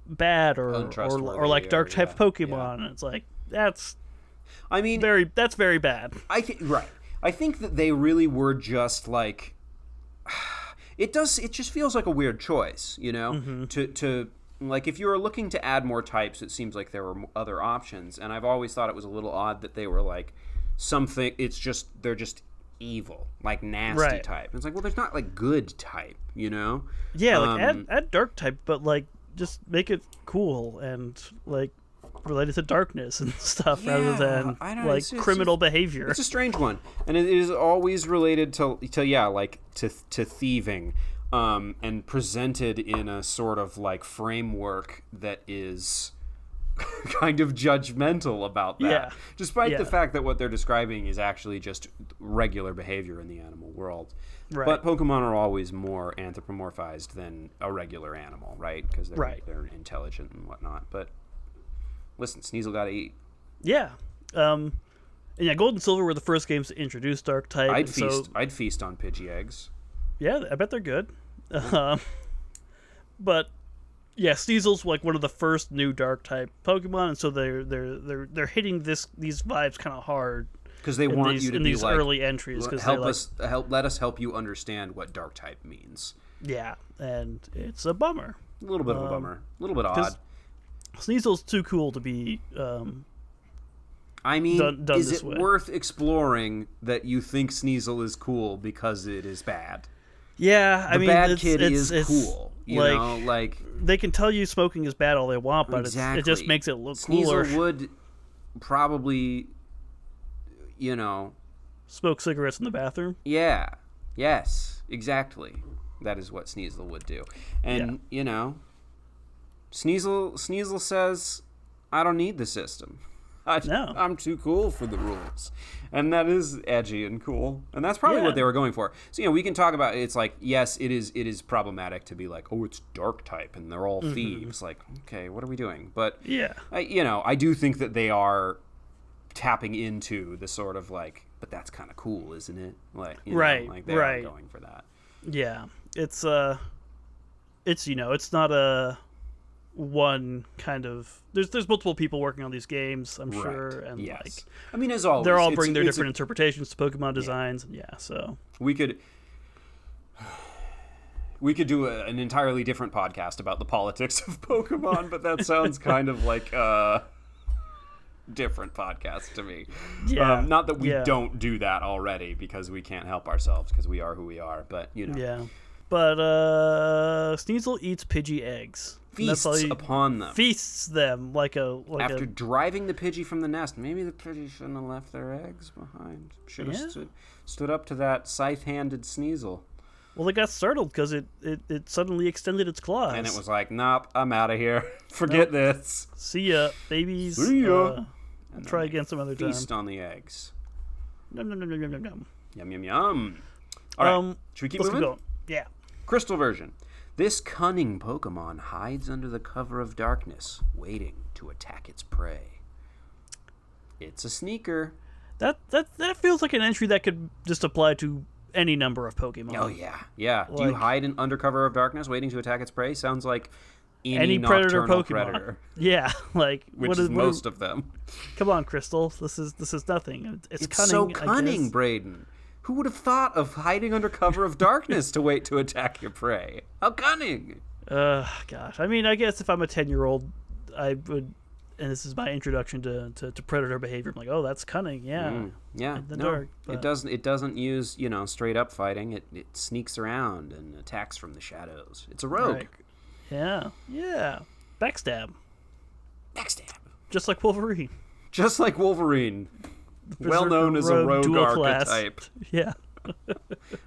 A: bad or or,
B: Untrustworthy
A: or like dark
B: or-
A: type
B: yeah,
A: Pokemon. And it's like that's
B: I mean,
A: very that's very bad.
B: I think right. I think that they really were just like it does it just feels like a weird choice, you know, to to like if you were looking to add more types, it seems like there were m- other options and I've always thought it was a little odd that they were like something it's just they're just evil, like nasty
A: Right.
B: type. It's like, well, there's not like good type, you know?
A: Yeah, like
B: Um,
A: add add dark type, but like just make it cool and like related to darkness and stuff rather
B: Yeah,
A: than
B: I don't-
A: like
B: it's- it's
A: criminal behavior.
B: It's a strange one, and it is always related to to yeah, like to to thieving, um, and presented in a sort of like framework that is kind of judgmental about that.
A: Yeah.
B: Despite
A: Yeah.
B: the fact that what they're describing is actually just regular behavior in the animal world.
A: Right.
B: But Pokemon are always more anthropomorphized than a regular animal, right? Because they're
A: Right.
B: they're intelligent and whatnot. But listen, Sneasel got to eat.
A: Yeah. Um, and yeah, Gold and Silver were the first games to introduce Dark Type.
B: I'd
A: and so-
B: feast. I'd feast on Pidgey eggs.
A: yeah, I bet they're good. Um, but yeah, Sneasel's like one of the first new Dark Type Pokemon, and so they're they're they're they're hitting this these vibes kind of hard
B: because they
A: in
B: want
A: these,
B: you to
A: in
B: be
A: these
B: like
A: early entries because
B: help
A: like,
B: us help let us help you understand what dark type means.
A: yeah, and it's a bummer.
B: A little bit of a bummer, a little bit odd.
A: Um, 'cause- Sneasel's too cool to be. Um,
B: I mean,
A: done- done
B: is
A: this
B: it
A: way.
B: worth exploring that you think Sneasel is cool because it is bad?
A: yeah, I
B: The
A: mean,
B: bad
A: it's-
B: kid
A: it's-
B: is
A: it's,
B: cool, you
A: like,
B: know, like
A: they can tell you smoking is bad all they want, but
B: exactly.
A: it's, it just makes it look
B: Sneasel
A: cooler.
B: would probably, you know,
A: Smoke cigarettes in the bathroom.
B: yeah, yes, exactly. That is what Sneasel would do, and you know, Sneasel Sneasel says, "I don't need the system. I,
A: No.
B: I'm too cool for the rules," and that is edgy and cool, and that's probably
A: Yeah.
B: what they were going for. So you know, we can talk about it's like yes, it is it is problematic to be like, oh, it's dark type and they're all thieves. Like, okay, what are we doing? But
A: Mm-hmm. Yeah.
B: I, you know, I do think that they are tapping into the sort of like, but that's kind of cool, isn't it? Like, you know,
A: Right,
B: like they
A: right.
B: are going for that.
A: Yeah, it's uh, it's you know, it's not a one kind of. There's there's multiple people working on these games, I'm sure,
B: right.
A: and
B: yes.
A: like
B: I mean, as always,
A: they're all
B: it's-
A: bringing their
B: it's a-
A: different interpretations to Pokemon designs, and yeah, so
B: we could We could do a, an entirely different podcast about the politics of Pokemon, but that sounds kind of like a different podcast to me.
A: Yeah,
B: Um, not that we
A: yeah.
B: don't do that already because we can't help ourselves because we are who we are, but you know,
A: Yeah. But uh Sneasel eats Pidgey eggs. And
B: feasts
A: you-
B: upon them.
A: feasts them like a like
B: After
A: a
B: driving the Pidgey from the nest, maybe the Pidgey shouldn't have left their eggs behind. Should have
A: Yeah.
B: stood, stood up to that scythe handed Sneasel.
A: well, it got startled because it, it it suddenly extended its claws.
B: And it was like, nope, I'm out of here. Forget this.
A: see ya babies.
B: See ya.
A: Uh,
B: And
A: try
B: then they
A: again some other time.
B: Feast on the eggs.
A: Nom, nom, nom, nom, nom, nom, nom.
B: Yum, yum, yum. All right.
A: Um,
B: Should we keep
A: Let's keep
B: moving?
A: going. Yeah.
B: Crystal version. This cunning Pokemon hides under the cover of darkness, waiting to attack its prey. It's a sneaker.
A: That that that feels like an entry that could just apply to any number of Pokemon.
B: Oh yeah, yeah. Do you
A: Like-
B: hide in under cover of darkness, waiting to attack its prey? Sounds like any,
A: Any predator
B: nocturnal
A: Pokemon.
B: predator,
A: Yeah, like
B: which
A: what
B: is
A: is what is-
B: most of them.
A: Come on, Crystal. This is this is nothing. It's,
B: It's
A: cunning.
B: so
A: I guess.
B: cunning, Braden. Who would have thought of hiding under cover of darkness to wait to attack your prey? How cunning!
A: Uh, gosh. I mean, I guess if I'm a 10 year old, I would, and this is my introduction to, to, to predator behavior. I'm like, oh, that's cunning. Yeah.
B: Mm. Yeah,
A: the
B: no,
A: dark,
B: it
A: but-
B: doesn't. It doesn't use you know straight up fighting. It it sneaks around and attacks from the shadows. It's a rogue.
A: Right. Yeah. Yeah. Backstab.
B: Backstab.
A: Just like Wolverine.
B: Just like Wolverine, well known as a
A: Berserker
B: rogue
A: dual class.
B: archetype.
A: Yeah.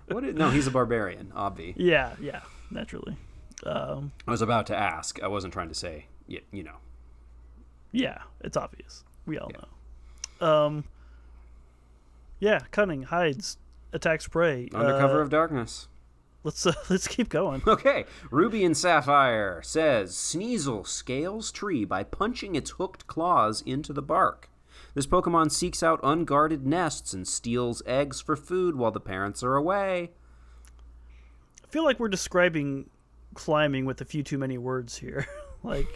B: What is, no, he's a barbarian. Obvi.
A: Yeah. Yeah. Naturally. Um,
B: I was about to ask. I wasn't trying to say. You, you know.
A: yeah. It's obvious. We all know. Um, yeah. Cunning hides, attacks prey.
B: Under cover
A: Uh,
B: of darkness.
A: Let's, uh, let's keep going.
B: Okay, Ruby and Sapphire says Sneasel scales tree by punching its hooked claws into the bark. This Pokemon seeks out unguarded nests and steals eggs for food while the parents are away.
A: I feel like we're describing climbing with a few too many words here. like,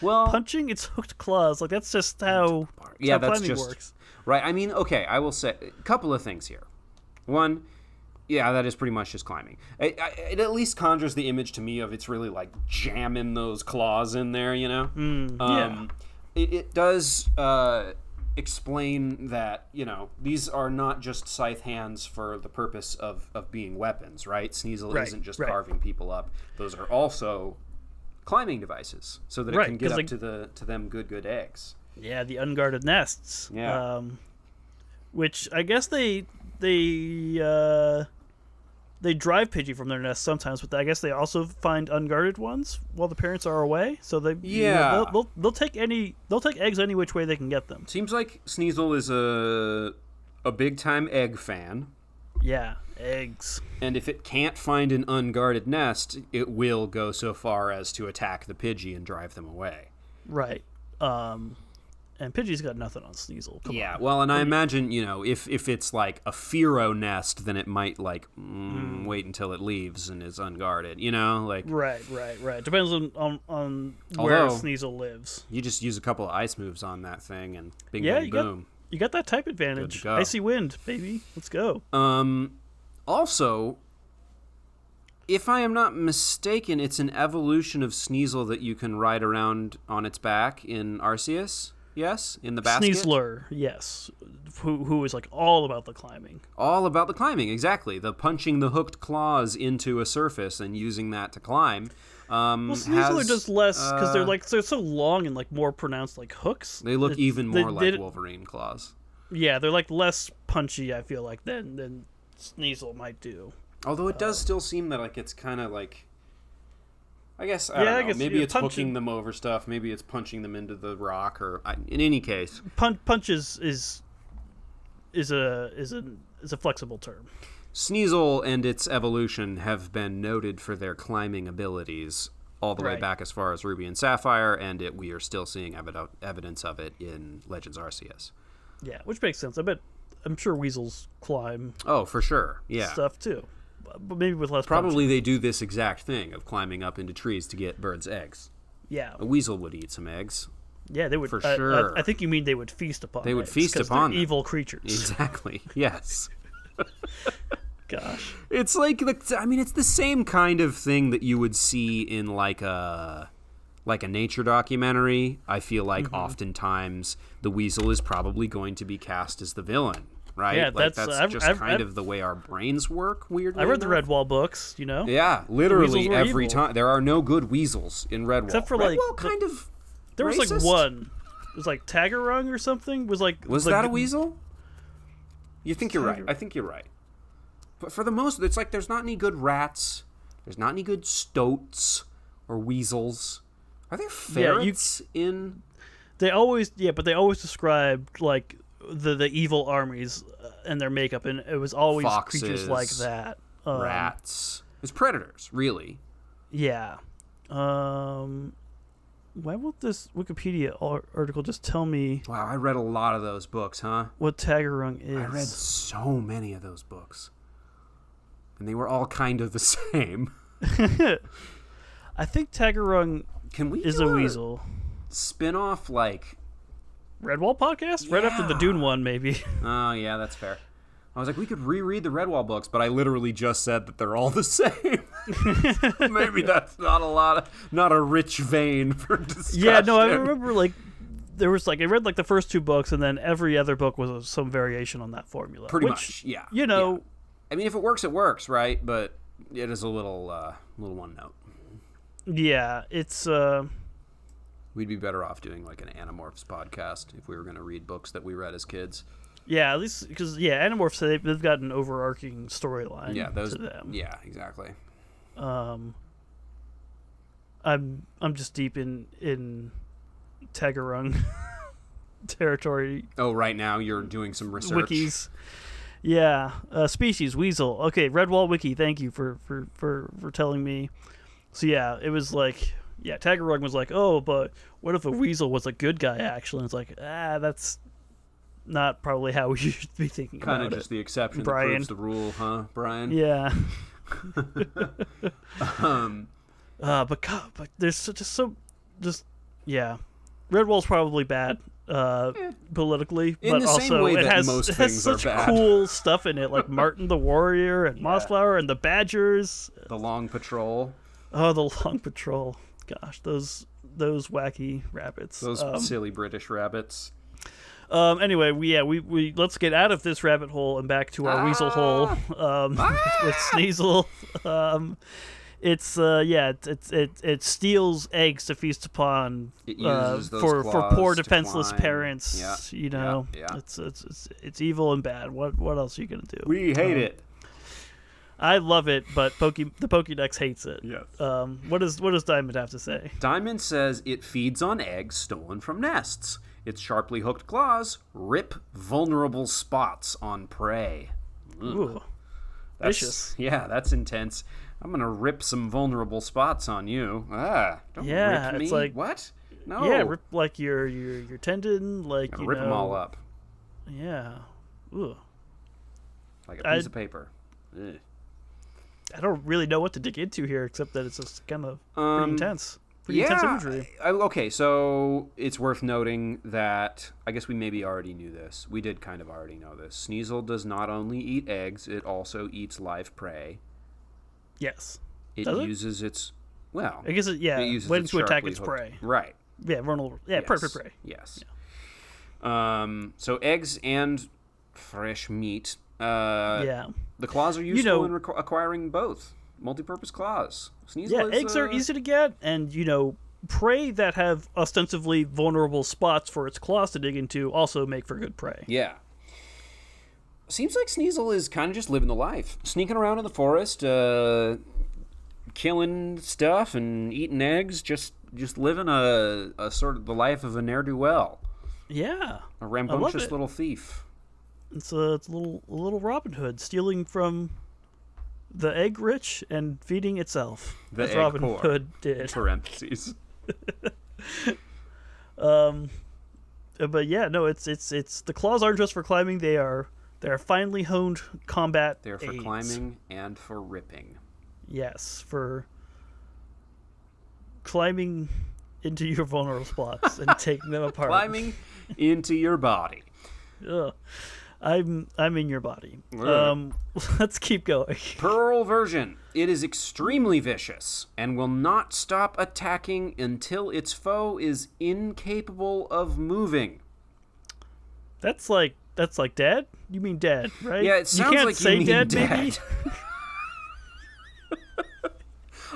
B: Well,
A: punching its hooked claws. Like that's just how that's
B: yeah,
A: how
B: that's
A: climbing
B: just
A: works.
B: right. I mean, okay, I will say a couple of things here. One, yeah, that is pretty much just climbing. I, I, it at least conjures the image to me of it's really like jamming those claws in there, you know.
A: Hmm,
B: Um, it, it does uh, explain that, you know, these are not just scythe hands for the purpose of, of being weapons, right? Sneasel
A: Right,
B: isn't just
A: right.
B: carving people up. Those are also climbing devices so that it
A: Right,
B: can get
A: 'cause,
B: up
A: like-
B: to the to them good good eggs.
A: Yeah, the unguarded nests.
B: Yeah.
A: Um, which I guess they they uh, they drive Pidgey from their nest sometimes, but I guess they also find unguarded ones while the parents are away. So they you know,
B: Yeah.
A: they'll, they'll they'll take any they'll take eggs any which way they can get them.
B: Seems like Sneasel is a a big time egg fan,
A: Yeah, eggs.
B: and if it can't find an unguarded nest, it will go so far as to attack the Pidgey and drive them away.
A: Right. Um, and Pidgey's got nothing on Sneasel. Come
B: Yeah, well, and I imagine you know if if it's like a Firo nest, then it might like mm, wait until it leaves and is unguarded. You know, like
A: Hmm. Right, right, right. Depends on on, on where
B: Although-
A: Sneasel lives.
B: you just use a couple of ice moves on that thing and bing
A: Yeah,
B: bang,
A: you got
B: boom.
A: you got that type advantage.
B: go.
A: Icy wind, baby. Let's go.
B: Um, also, if I am not mistaken, it's an evolution of Sneasel that you can ride around on its back in Arceus. Yes, in the basket.
A: Sneasler, yes, who who is like all about the climbing.
B: All about the climbing, exactly. The punching the hooked claws into a surface and using that to climb. Um,
A: Well, Sneasler
B: has-
A: does less because
B: uh,
A: they're like they're so long and like more pronounced like hooks.
B: They look
A: It's-
B: even
A: they-
B: more
A: they
B: like
A: d-
B: Wolverine claws.
A: Yeah, they're like less punchy. I feel like than than Sneasel might do.
B: Although it does still seem that like it's kind of like, I guess
A: Yeah,
B: I don't know.
A: I guess
B: maybe
A: you're
B: it's hooking
A: punching-
B: them over stuff. Maybe it's punching them into the rock. Or I, in any case,
A: Punch punch is is is a is a is a flexible term.
B: Sneasel and its evolution have been noted for their climbing abilities all the way
A: Right.
B: back as far as Ruby and Sapphire, and it, we are still seeing evid- evidence of it in Legends Arceus.
A: Yeah, which makes sense. I bet I'm sure weasels climb
B: Oh, for sure. Yeah.
A: stuff too, but- but maybe with less. punch.
B: Probably they do this exact thing of climbing up into trees to get birds' eggs.
A: Yeah,
B: A weasel would eat some eggs.
A: yeah, they would.
B: For
A: I- I-
B: sure.
A: I, think you mean they would feast upon.
B: They would
A: eggs,
B: feast
A: 'cause
B: upon
A: they're
B: them.
A: evil creatures.
B: Exactly. yes.
A: Gosh.
B: It's like the I mean it's the same kind of thing that you would see in like a like a nature documentary. I feel
A: Mm-hmm.
B: like oftentimes the weasel is probably going to be cast as the villain, right?
A: Yeah,
B: like
A: that's- I've-
B: just
A: I've-
B: kind
A: I've-
B: of the way our brains work weirdly.
A: I read the
B: enough.
A: Redwall books, you know?
B: Yeah, literally
A: were
B: every
A: evil.
B: time there are no good weasels in Redwall.
A: Except for,
B: Redwall
A: like, the-
B: kind of
A: There was like
B: racist?
A: one. It was like Tagarung or something. Was like
B: Was
A: like,
B: that a weasel? You think you're right.
A: Tiger.
B: I think you're right. But for the most, it's like there's not any good rats. There's not any good stoats or weasels. Are there
A: Yeah, you-
B: ferrets in?
A: They always yeah, but they always described like the the evil armies uh, and their makeup, and it was always creatures like
B: Foxes,
A: that. Um,
B: Rats. It's predators, really.
A: Yeah. Um. Why won't this Wikipedia ar- article just tell me
B: Wow, I read a lot of those books, huh?
A: what Tagarung is?
B: I read so many of those books, and they were all kind of the same.
A: I think Tagarung
B: Can we
A: is
B: do
A: a weasel.
B: spin-off like
A: Redwall podcast? Right after the
B: Yeah.
A: Dune one, maybe.
B: Oh yeah, that's fair. I was like, we could reread the Redwall books, but I literally just said that they're all the same. Maybe that's not a lot, of, not a rich vein for discussion.
A: Yeah, no, I remember like there was like I read like the first two books, and then every other book was uh, some variation on that formula.
B: Pretty
A: which,
B: much, yeah.
A: You know,
B: yeah. I mean, if it works, it works, right? But it is a little, uh, little one note.
A: yeah, it's uh,
B: We'd be better off doing like an Animorphs podcast if we were going to read books that we read as kids.
A: yeah, at least because yeah, Animorphs they, they've got an overarching storyline.
B: Yeah, those.
A: to them.
B: Yeah, exactly.
A: Um, I'm I'm just deep in in Tagarung territory
B: Oh, right now you're doing some research.
A: wikis. Yeah, uh, species weasel. Okay, Redwall wiki. Thank you for for for for telling me. So yeah, it was like yeah, Tagarug was like, oh, but what if a weasel was a good guy actually? And it's like ah, that's not probably how we should be thinking
B: Kind of
A: about
B: just the exception
A: Brian.
B: that proves the rule, huh, Brian?
A: it. Yeah,
B: Um,
A: uh, but God, but there's so- just so just yeah, Redwall's probably bad. Uh, politically,
B: In
A: but
B: the same
A: also
B: way
A: it
B: that
A: has
B: most
A: it has
B: things are
A: such
B: bad.
A: cool stuff in it, like Martin the Warrior and Mossflower and the Badgers.
B: the Long Patrol.
A: Oh, the Long Patrol. Gosh, those those wacky rabbits.
B: Those
A: um,
B: silly British rabbits.
A: um, anyway, we yeah we, we let's get out of this rabbit hole and back to our weasel hole um, with Sneasel. Um, it's uh, yeah it, it it it steals eggs to feast upon
B: It
A: uh,
B: uses those
A: for for
B: claws
A: poor
B: to
A: defenseless
B: climb.
A: parents.
B: Yeah,
A: You know
B: yeah, yeah.
A: it's it's it's it's evil and bad. What what else are you gonna do? um,
B: We hate it.
A: I love it, but Poke, the Pokédex hates it.
B: Yes.
A: Um, what does what does Diamond have to say?
B: Diamond says it feeds on eggs stolen from nests. Its sharply hooked claws rip vulnerable spots on prey.
A: Ooh.
B: That's,
A: Vicious.
B: Yeah, that's intense. I'm gonna rip some vulnerable spots on you. Ah, don't
A: Yeah,
B: rip me.
A: it's like-
B: what? No.
A: Yeah, rip like your your your tendon, like you
B: rip them
A: know-
B: all up
A: Yeah. Ooh.
B: like a
A: I-
B: piece of paper. Ugh.
A: I don't really know what to dig into here, except that it's just kind of
B: Um,
A: pretty intense. Pretty intense imagery.
B: I- I- okay, so it's worth noting that I guess we maybe already knew this. We did kind of already know this. Sneasel does not only eat eggs, it also eats live prey.
A: Yes.
B: It
A: Does it?
B: uses its well.
A: I guess it, yeah,
B: it uses
A: when to attack
B: sharply
A: its
B: hooked-
A: prey.
B: Right.
A: Yeah, run over. Yeah, prey, prey,
B: yes,
A: prey.
B: Yes. Um, so eggs and fresh meat. Uh,
A: yeah.
B: The claws are useful
A: know-
B: in requ- acquiring both multi-purpose claws. Sneasel
A: Yeah,
B: is,
A: eggs are
B: uh,
A: easy to get, and, you know, prey that have ostensibly vulnerable spots for its claws to dig into also make for good prey.
B: Yeah. Seems like Sneasel is kind of just living the life, sneaking around in the forest, uh, killing stuff and eating eggs, just just living a, a sort of the life of a ne'er do well,
A: Yeah.
B: a rambunctious
A: it.
B: little thief.
A: It's a, it's a little a little Robin Hood stealing from the egg rich and feeding itself.
B: The
A: as
B: egg
A: Robin
B: poor.
A: Hood did.
B: Parentheses.
A: Uh, But yeah, no, it's it's it's the claws aren't just for climbing. They are they are finely honed combat.
B: They're for
A: aids.
B: climbing and for ripping.
A: Yes, for climbing into your vulnerable spots and taking them apart.
B: Climbing into your body.
A: Ugh. I'm I'm in your body. Um, let's keep going.
B: Pearl version. It is extremely vicious and will not stop attacking until its foe is incapable of moving.
A: That's like that's like dead. You mean dead, right?
B: Yeah, it sounds
A: you can't
B: like
A: say
B: you mean
A: dead,
B: dead.
A: maybe.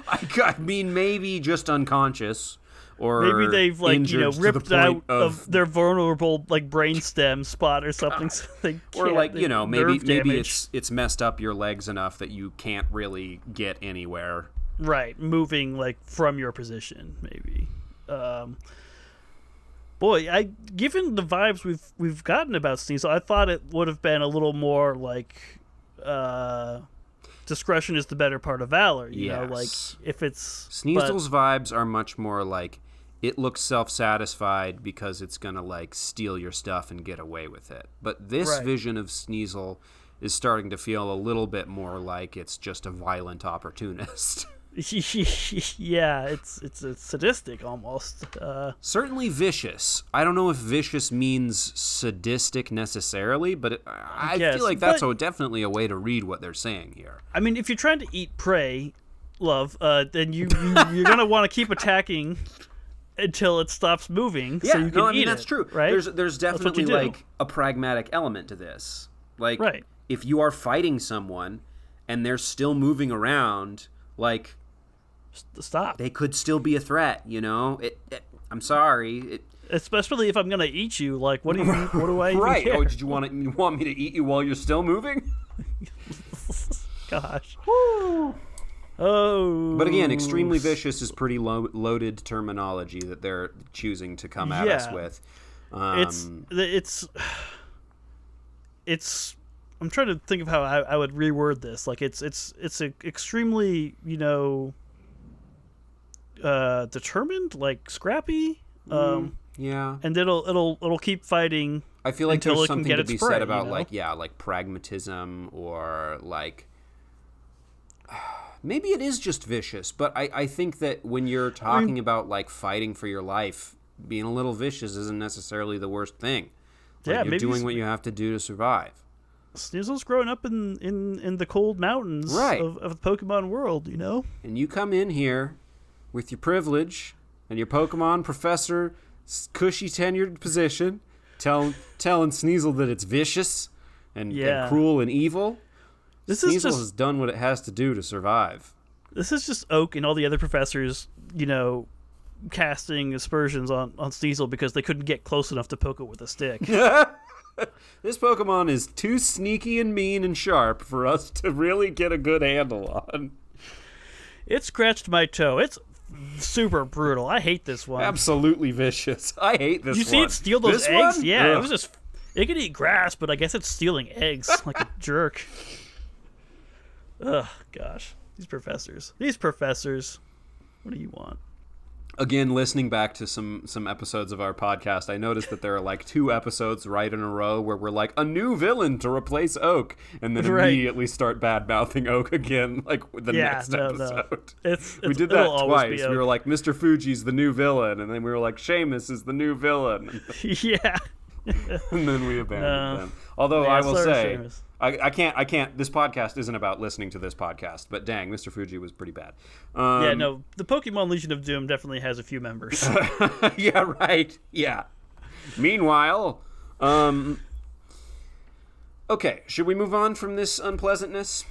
B: I, g- I mean, maybe just unconscious, or
A: Maybe they've like you know
B: injured to the
A: ripped
B: point
A: out of, their vulnerable like brainstem spot or something, so they
B: or
A: can't-
B: like you know maybe
A: nerve
B: maybe
A: damage.
B: it's it's messed up your legs enough that you can't really get anywhere.
A: right moving like from your position maybe um boy i given the vibes we've we've gotten about sneasel i thought it would have been a little more like uh discretion is the better part of valor you know like
B: Yes.
A: if it's but-
B: Sneasel's vibes are much more like it looks self-satisfied because it's gonna like steal your stuff and get away with it. But this
A: Right.
B: vision of Sneasel is starting to feel a little bit more like it's just a violent opportunist.
A: yeah it's it's it's sadistic almost uh
B: Certainly vicious. I don't know if vicious means sadistic necessarily, but it, I
A: guess,
B: feel like that's
A: but-
B: a, definitely a way to read what they're saying here.
A: I mean, if you're trying to eat prey, love, uh, then you, you you're gonna want to keep attacking until it stops moving, so you can
B: no, I
A: eat
B: mean that's
A: it,
B: true.
A: Right?
B: There's there's
A: what you
B: definitely
A: do.
B: like a pragmatic element to this. Like
A: Right.
B: if you are fighting someone and they're still moving around, like
A: Stop.
B: they could still be a threat, you know? It, it- I'm sorry. It,
A: Especially if I'm gonna eat you. Like, what do you? What do I? even
B: right.
A: care?
B: Oh, did you want to, you want me to eat you while you're still moving?
A: Gosh. Oh.
B: But again, extremely vicious is pretty lo- loaded terminology that they're choosing to come at us
A: Yeah.
B: with. Um,
A: It's th- it's it's. I'm trying to think of how I, I would reword this. Like, it's it's it's a extremely you know. Uh, determined, like scrappy. Um.
B: yeah.
A: and it'll it'll it'll keep fighting.
B: I feel like
A: until
B: there's
A: it can
B: something
A: get
B: to
A: its
B: be
A: prey,
B: said
A: you
B: about
A: know?
B: like yeah, like pragmatism or like maybe it is just vicious, but I, I think that when you're talking about like fighting for your life, being a little vicious isn't necessarily the worst thing.
A: Yeah,
B: Like, you're
A: maybe
B: doing
A: s-
B: what you have to do to survive.
A: Sneasel's growing up in in in the cold mountains
B: Right.
A: of, of the Pokemon world, you know.
B: And you come in here with your privilege and your Pokemon professor s- cushy tenured position, telling telling Sneasel that it's vicious and,
A: Yeah.
B: and cruel and evil.
A: This
B: Sneasel
A: is just
B: has done what it has to do to survive.
A: this is just Oak and all the other professors, you know, casting aspersions on on Sneasel because they couldn't get close enough to poke it with a stick.
B: This Pokemon is too sneaky and mean and sharp for us to really get a good handle on.
A: it scratched my toe. It's super brutal. I hate this one.
B: Absolutely vicious. I hate this
A: you
B: one.
A: see it steal those
B: This
A: eggs?
B: one?
A: Yeah, it
B: Ugh.
A: was just it could eat grass, but I guess it's stealing eggs like a jerk. Ugh, gosh, these professors, these professors, what do you want?
B: Again, listening back to some some episodes of our podcast, I noticed that there are like two episodes right in a row where we're like a new villain to replace Oak, and then
A: Right.
B: immediately start bad mouthing Oak again, like with the
A: Yeah,
B: next
A: no, no.
B: episode.
A: It's, it's
B: we did
A: it'll
B: that
A: always
B: twice.
A: be
B: We were
A: Oak.
B: like, Mr. Fuji's the new villain, and then we were like, Seamus is the new villain.
A: yeah,
B: and then we abandoned
A: No.
B: them. Although
A: Yeah,
B: I will
A: sorry,
B: say,
A: Seamus.
B: I, I can't, I can't. This podcast isn't about listening to this podcast, but dang, Mr. Fuji was pretty bad. Um,
A: yeah. No, the Pokemon Legion of Doom definitely has a few members.
B: yeah, right. Yeah. Meanwhile, um, okay, should we move on from this unpleasantness?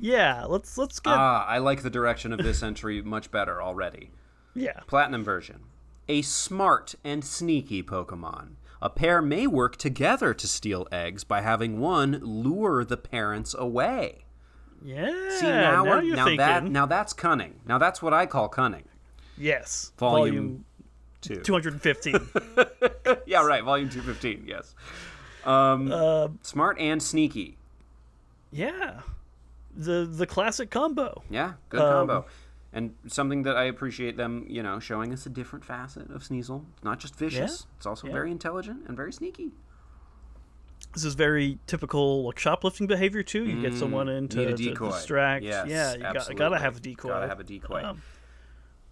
A: yeah, let's let's get
B: Ah, I like the direction of this entry much better already.
A: yeah.
B: Platinum version. A smart and sneaky Pokemon. A pair may work together to steal eggs by having one lure the parents away.
A: Yeah,
B: See, now, we're,
A: you're
B: now
A: thinking.
B: that now that's cunning. Now that's what I call cunning.
A: yes,
B: Volume
A: volume
B: Two.
A: 215.
B: yeah, right. Volume two fifteen. Yes. Um, smart and sneaky.
A: yeah, the the classic combo.
B: Yeah, good
A: um,
B: combo. And something that I appreciate them, you know, showing us a different facet of Sneasel. It's not just vicious. It's also very intelligent and very sneaky.
A: this is very typical like shoplifting behavior too. You get someone in to,
B: Mm, Need a
A: to
B: decoy.
A: distract.
B: Yes,
A: yeah, you got,
B: absolutely.
A: gotta have a decoy.
B: Gotta have a decoy.
A: Um,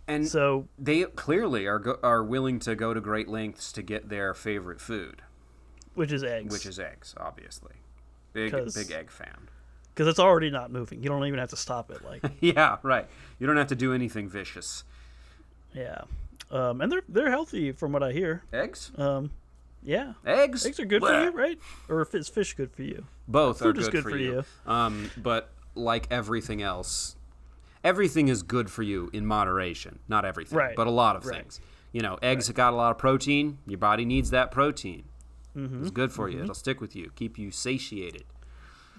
B: and
A: so
B: they clearly are go- are willing to go to great lengths to get their favorite food.
A: which is eggs,
B: which is eggs, obviously. Big
A: 'Cause-
B: big egg fan.
A: because it's already not moving. You don't even have to stop it. Like,
B: Yeah, right. You don't have to do anything vicious.
A: yeah, um, and they're they're healthy from what I hear.
B: Eggs?
A: Um, yeah,
B: eggs?
A: eggs are good for
B: Blech.
A: you, right? Or is fish good for you?
B: Both
A: Food
B: are
A: is
B: good,
A: good
B: for,
A: for
B: you. Um, but like everything else, everything is good for you in moderation. Not everything,
A: Right.
B: but a lot of
A: Right.
B: things. You know, eggs have got a lot of protein. Your body needs that protein.
A: Mm-hmm.
B: It's good for you. It'll stick with you, keep you satiated.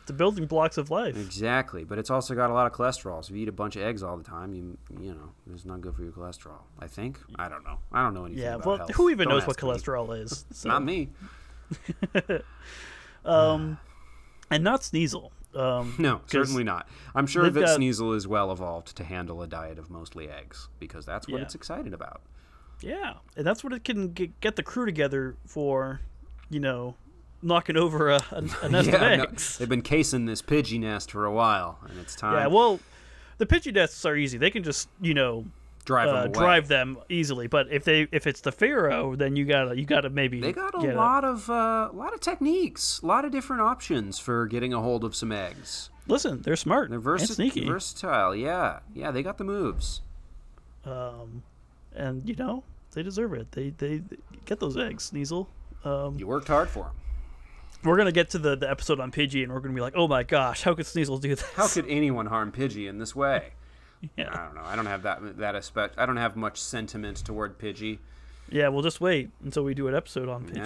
A: The building blocks of life.
B: Exactly, but it's also got a lot of cholesterol. So if you eat a bunch of eggs all the time, you you know, it's not good for your cholesterol. I think. I don't know. I don't know anything.
A: Yeah,
B: about
A: well,
B: health.
A: who even
B: Don't
A: knows what
B: ask me.
A: cholesterol is? So.
B: Not me.
A: and not Sneasel. Um,
B: No, certainly not. I'm sure
A: they've
B: that
A: got-
B: Sneasel is well evolved to handle a diet of mostly eggs because that's what
A: Yeah.
B: it's excited about.
A: yeah, and that's what it can get, get the crew together for. You know, knocking over a, a, a nest
B: Yeah,
A: of
B: no,
A: eggs.
B: they've been casing this pigeon nest for a while, and it's time.
A: Yeah, well, the pigeon nests are easy. They can just you know
B: drive them
A: uh,
B: away.
A: drive them easily. But if they if it's the pharaoh, then you gotta you gotta maybe
B: They got a
A: get
B: lot of uh, lot of techniques, a lot of different options for getting a hold of some eggs.
A: Listen, they're smart.
B: They're
A: They're
B: versi-
A: sneaky.
B: versatile. Yeah, yeah, they got the moves.
A: um, and you know they deserve it. They they, they get those eggs, Sneasel. Um,
B: You worked hard for them.
A: we're gonna get to the, the episode on Pidgey, and we're gonna be like, oh my gosh, how could Sneasel do this?
B: How could anyone harm Pidgey in this way? I
A: yeah.
B: don't know. I don't have that that aspect. I don't have much sentiment toward Pidgey.
A: yeah, we'll just wait until we do an episode on Pidgey.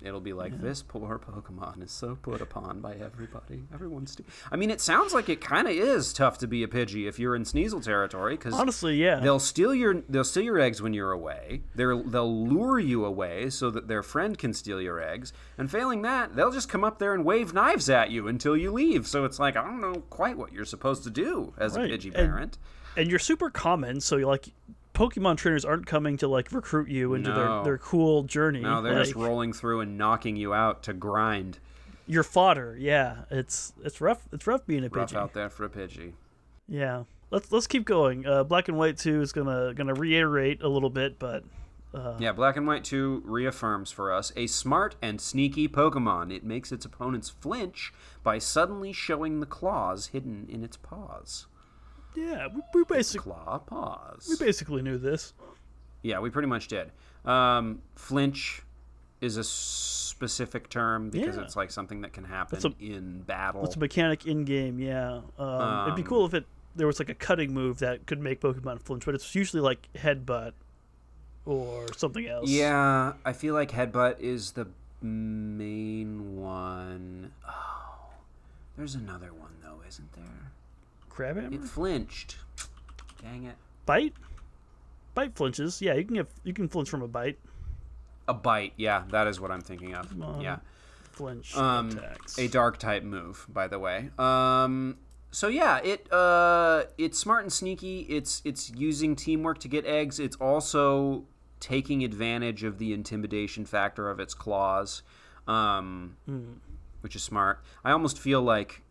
B: Yeah, it'll be like this poor Pokemon is so put upon by everybody. Everyone's. St- I mean, it sounds like it kind of is tough to be a Pidgey if you're in Sneasel territory because
A: Honestly, yeah,
B: they'll steal your they'll steal your eggs when you're away. They're, they'll lure you away so that their friend can steal your eggs. And failing that, they'll just come up there and wave knives at you until you leave. So it's like I don't know quite what you're supposed to do as
A: Right,
B: a Pidgey
A: and-
B: parent.
A: and you're super common, so you're like. Pokemon trainers aren't coming to like recruit you into
B: No.
A: their, their cool journey.
B: no, they're just
A: Like,
B: rolling through and knocking you out to grind.
A: your fodder. Yeah, it's it's rough. It's rough being a
B: Rough
A: Pidgey.
B: out there for a Pidgey.
A: Yeah, let's let's keep going. Uh, Black and White Two is gonna gonna reiterate a little bit, but
B: Yeah, Black and White 2 reaffirms for us a smart and sneaky Pokemon. It makes its opponents flinch by suddenly showing the claws hidden in its paws.
A: yeah, we, we basically
B: Claw paws.
A: we basically knew this.
B: yeah, we pretty much did. Um, flinch is a specific term because
A: Yeah.
B: it's like something that can happen
A: a-
B: in battle.
A: It's a mechanic in game. Yeah, um, it'd be cool if it there was like a cutting move that could make Pokemon flinch, but it's usually like headbutt or something else.
B: yeah, I feel like headbutt is the main one. Oh, there's another one though, isn't there?
A: crab hammer,
B: It flinched. Dang it.
A: bite, bite flinches. Yeah, you can get you can flinch from a bite.
B: A bite, yeah, that is what I'm thinking of. yeah,
A: Flinch
B: um,
A: attacks.
B: a dark type move, by the way. Um, so yeah, it uh, it's smart and sneaky. It's it's using teamwork to get eggs. It's also taking advantage of the intimidation factor of its claws, um, which is smart. I almost feel like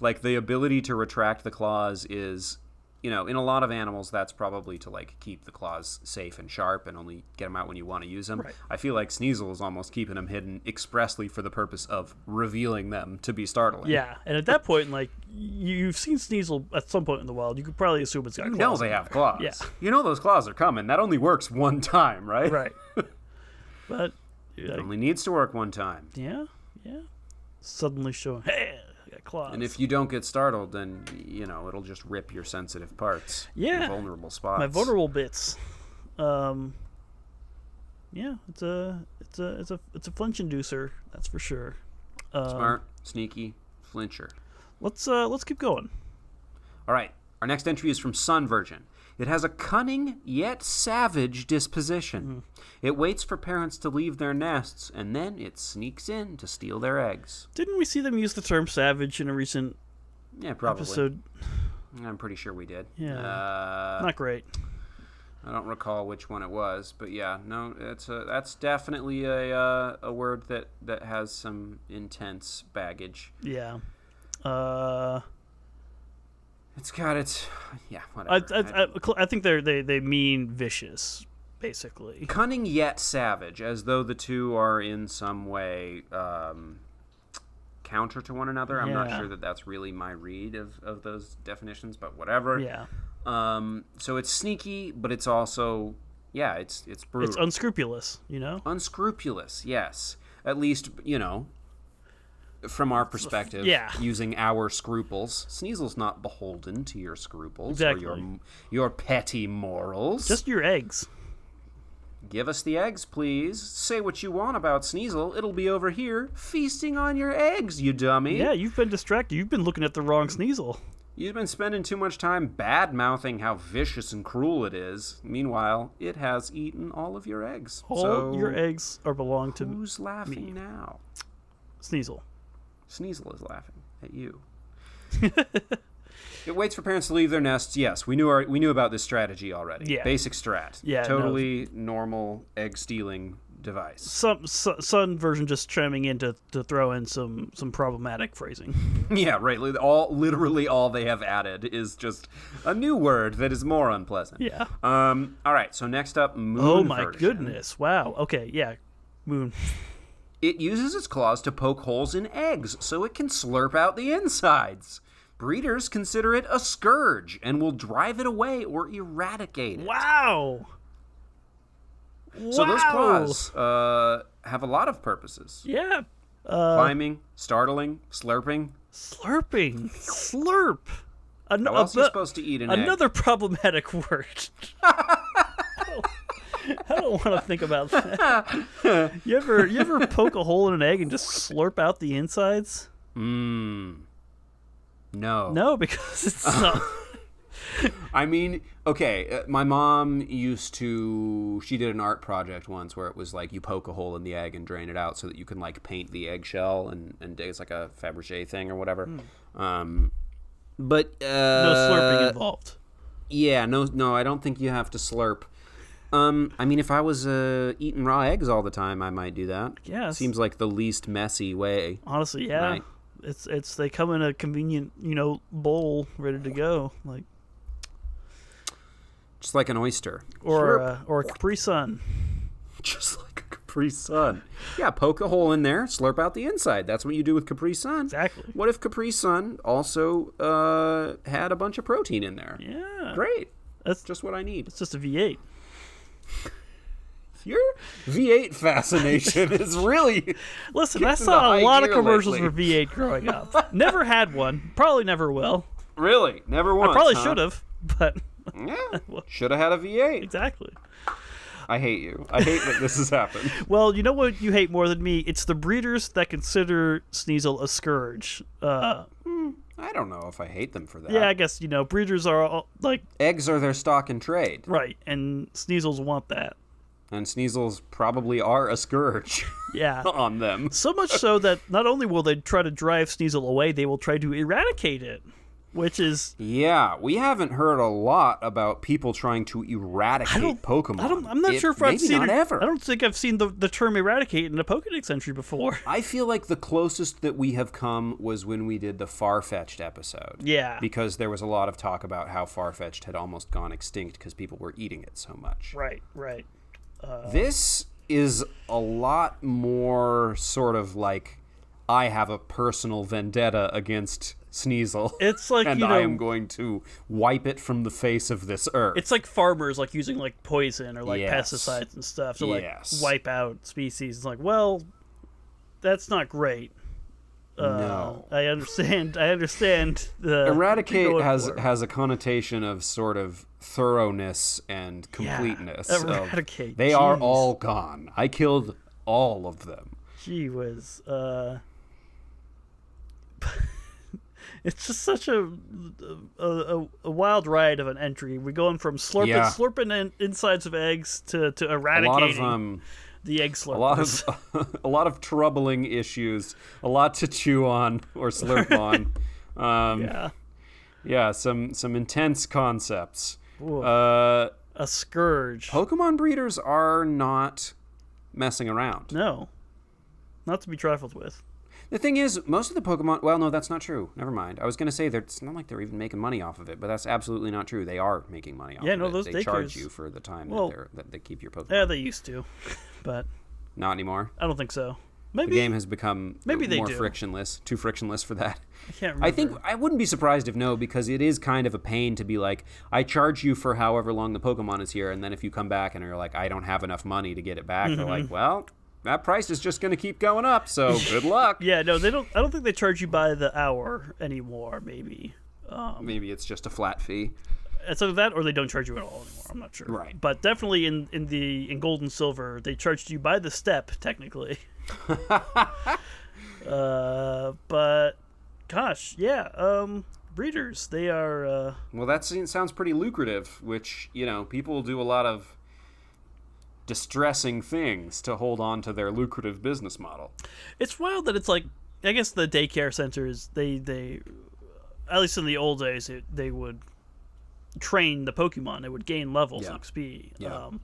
B: like the ability to retract the claws is you know in a lot of animals that's probably to like keep the claws safe and sharp and only get them out when you want to use them
A: Right.
B: i feel like sneasel is almost keeping them hidden expressly for the purpose of revealing them to be startling
A: Yeah, and at that point, like you, you've seen Sneasel at some point in the wild, you could probably assume it's got
B: you
A: claws.
B: know they have claws
A: Yeah.
B: you know those claws are coming that only works one time right
A: right? but yeah,
B: It only needs to work one time
A: yeah, yeah. Suddenly showing, hey, I got claws.
B: and if you don't get startled then you know it'll just rip your sensitive parts your
A: Yeah.
B: vulnerable spots
A: my vulnerable bits, um, yeah, it's a it's a it's a it's a flinch inducer, that's for sure.
B: smart sneaky flincher
A: Let's uh let's keep going.
B: All right, our next entry is from Sun Virgin. It has a cunning yet savage
A: Hmm.
B: disposition. It waits for parents to leave their nests and then it sneaks in to steal their eggs.
A: Didn't we see them use the term savage in a recent
B: Yeah, probably.
A: episode?
B: I'm pretty sure we did.
A: Yeah.
B: Uh,
A: Not great.
B: I don't recall which one it was, but yeah, no, it's a, that's definitely a uh, a word that that has some intense baggage.
A: Yeah. Uh,
B: It's got its yeah,
A: I,
B: whatever.
A: I, I, I think they're, they they mean vicious, basically.
B: cunning yet savage, as though the two are in some way um, counter to one another. I'm not
A: Yeah.
B: sure that that's really my read of, of those definitions, but whatever.
A: Yeah.
B: Um, so it's sneaky, but it's also yeah, it's it's brutal,
A: It's unscrupulous, you know?
B: unscrupulous. Yes, at least you know. From our perspective,
A: yeah.
B: using our scruples, Sneasel's not beholden to your scruples or your
A: Exactly.
B: your petty morals.
A: Just your eggs.
B: Give us the eggs, please. Say what you want about Sneasel. It'll be over here feasting on your eggs, you dummy.
A: Yeah, you've been distracted. You've been looking at the wrong Sneasel.
B: You've been spending too much time bad mouthing how vicious and cruel it is. Meanwhile, it has eaten all of your eggs.
A: All
B: so
A: your eggs are belong to
B: who's laughing now?
A: Sneasel.
B: Sneasel is laughing at you. it waits for parents to leave their nests. Yes, we knew our, we knew about this strategy already.
A: Yeah.
B: Basic strat.
A: Yeah, no.
B: Totally normal egg stealing device.
A: Some su- Sun version just chiming in to, to throw in some some problematic phrasing.
B: Yeah, right. Li- All literally all they have added is just a new word that is more unpleasant.
A: Yeah.
B: Um. All right. So next up, moon.
A: Oh my
B: version.
A: goodness! Wow. Okay. Yeah. Moon.
B: It uses its claws to poke holes in eggs so it can slurp out the insides. Breeders consider it a scourge and will drive it away or eradicate it.
A: Wow.
B: So those
A: Wow!
B: claws uh, have a lot of purposes:
A: Yeah. Uh,
B: climbing, startling, slurping.
A: Slurping. Slurp. An-
B: How else are you
A: abo-
B: supposed to eat an egg?
A: another problematic word. I don't want to think about that. You ever you ever poke a hole in an egg and just slurp out the insides?
B: No.
A: No, because it's
B: Uh,
A: not.
B: I mean, okay, uh, my mom used to she did an art project once where it was like you poke a hole in the egg and drain it out so that you can like paint the eggshell and and it's like a Fabergé thing or whatever. Um but uh
A: Hmm. no slurping involved.
B: yeah, no no, I don't think you have to slurp. Um I mean if I was uh eating raw eggs all the time, I might do that.
A: Yes.
B: Seems like the least messy way.
A: Honestly, yeah.
B: Right.
A: It's it's they come in a convenient you know bowl ready to go like
B: Just like an oyster.
A: or
B: Slurp.
A: uh, or a Capri Sun.
B: just like a Capri Sun. Yeah, poke a hole in there, slurp out the inside. That's what you do with Capri Sun.
A: Exactly.
B: What if Capri Sun also uh, had a bunch of protein in there?
A: Yeah.
B: Great.
A: That's
B: Just what I need.
A: it's just a V8.
B: Your V8 fascination is really.
A: Listen, I
B: the
A: saw a
B: high
A: lot of
B: gear
A: commercials
B: lately.
A: for V8 growing up. Never had one. Probably never will.
B: Really? Never once.
A: Probably
B: huh?
A: should have, but
B: Yeah. Should have had a V8.
A: exactly.
B: I hate you. I hate that this has happened.
A: Well, you know what you hate more than me? It's the breeders that consider Sneasel a scourge. Uh,
B: I don't know if I hate them for that.
A: yeah, I guess you know breeders are all, like
B: Eggs are their stock in trade,
A: right, and Sneasels want that.
B: and Sneasels probably are a scourge
A: Yeah.
B: on them.
A: So much so that not only will they try to drive Sneasel away, they will try to eradicate it, which is
B: Yeah, we haven't heard a lot about people trying to eradicate Pokemon.
A: I don't I'm not
B: It-
A: sure if
B: maybe
A: I've seen
B: not
A: it,
B: ever.
A: I don't think I've seen the, the term eradicate in a Pokédex entry before.
B: I feel like the closest that we have come was when we did the far-fetched episode.
A: Yeah.
B: Because there was a lot of talk about how far-fetched had almost gone extinct because people were eating it so much.
A: Right, right.
B: This is a lot more sort of like I have a personal vendetta against Sneasel.
A: It's like,
B: and
A: you
B: I
A: know-
B: am going to wipe it from the face of this earth.
A: It's like farmers like using like poison or like
B: Yes.
A: pesticides and stuff to like
B: Yes.
A: wipe out species. It's like, well, that's not great. uh,
B: no.
A: I understand. I understand. The
B: Eradicate
A: going
B: has
A: for.
B: has a connotation of sort of thoroughness and completeness. of,
A: eradicate,
B: they are
A: jeez.
B: all gone. I killed all of them.
A: Gee whiz. Uh, it's just such a a, a a wild ride of an entry. We're going from slurping
B: Yeah.
A: slurping in, insides of eggs to to
B: A lot
A: eradicating
B: of um,
A: the egg slurpers.
B: a lot of a lot of troubling issues. A lot to chew on or slurp on. Um, yeah.
A: yeah,
B: some some intense concepts.
A: Ooh.
B: Uh,
A: a scourge.
B: Pokemon breeders are not messing around.
A: No. Not to be trifled with.
B: The thing is, most of the Pokemon. Well, no, that's not true. Never mind. I was going to say they're, it's not like they're even making money off of it, but that's absolutely not true. They are making money off
A: Yeah,
B: of
A: no,
B: it.
A: those
B: they charge
A: daycares-
B: you for the time
A: Well- eh,
B: that, they're, that they keep your Pokemon.
A: Yeah, they used to, but
B: not anymore.
A: I don't think so.
B: The
A: Maybe
B: game has become
A: maybe they
B: more
A: do.
B: frictionless, too frictionless for that.
A: I can't remember.
B: I think I wouldn't be surprised if no, because it is kind of a pain to be like, I charge you for however long the Pokemon is here, and then if you come back and you're like, I don't have enough money to get it back, they're
A: Mm-hmm.
B: like, well, that price is just going to keep going up, so good luck.
A: Yeah, no, they don't. I don't think they charge you by the hour anymore. Maybe
B: Maybe it's just a flat fee.
A: it's either that, or they don't charge you at all anymore. I'm not sure.
B: Right.
A: But definitely in in the in gold and silver, they charged you by the step technically. uh, but gosh, yeah. Um, breeders, they are. Uh,
B: Well, that se- sounds pretty lucrative, which you know people do a lot of distressing things to hold on to their lucrative business model.
A: it's wild that it's like I guess the daycare centers they they at least in the old days it, they would train the Pokemon they would gain levels
B: Yeah.
A: and XP
B: Yeah.
A: um,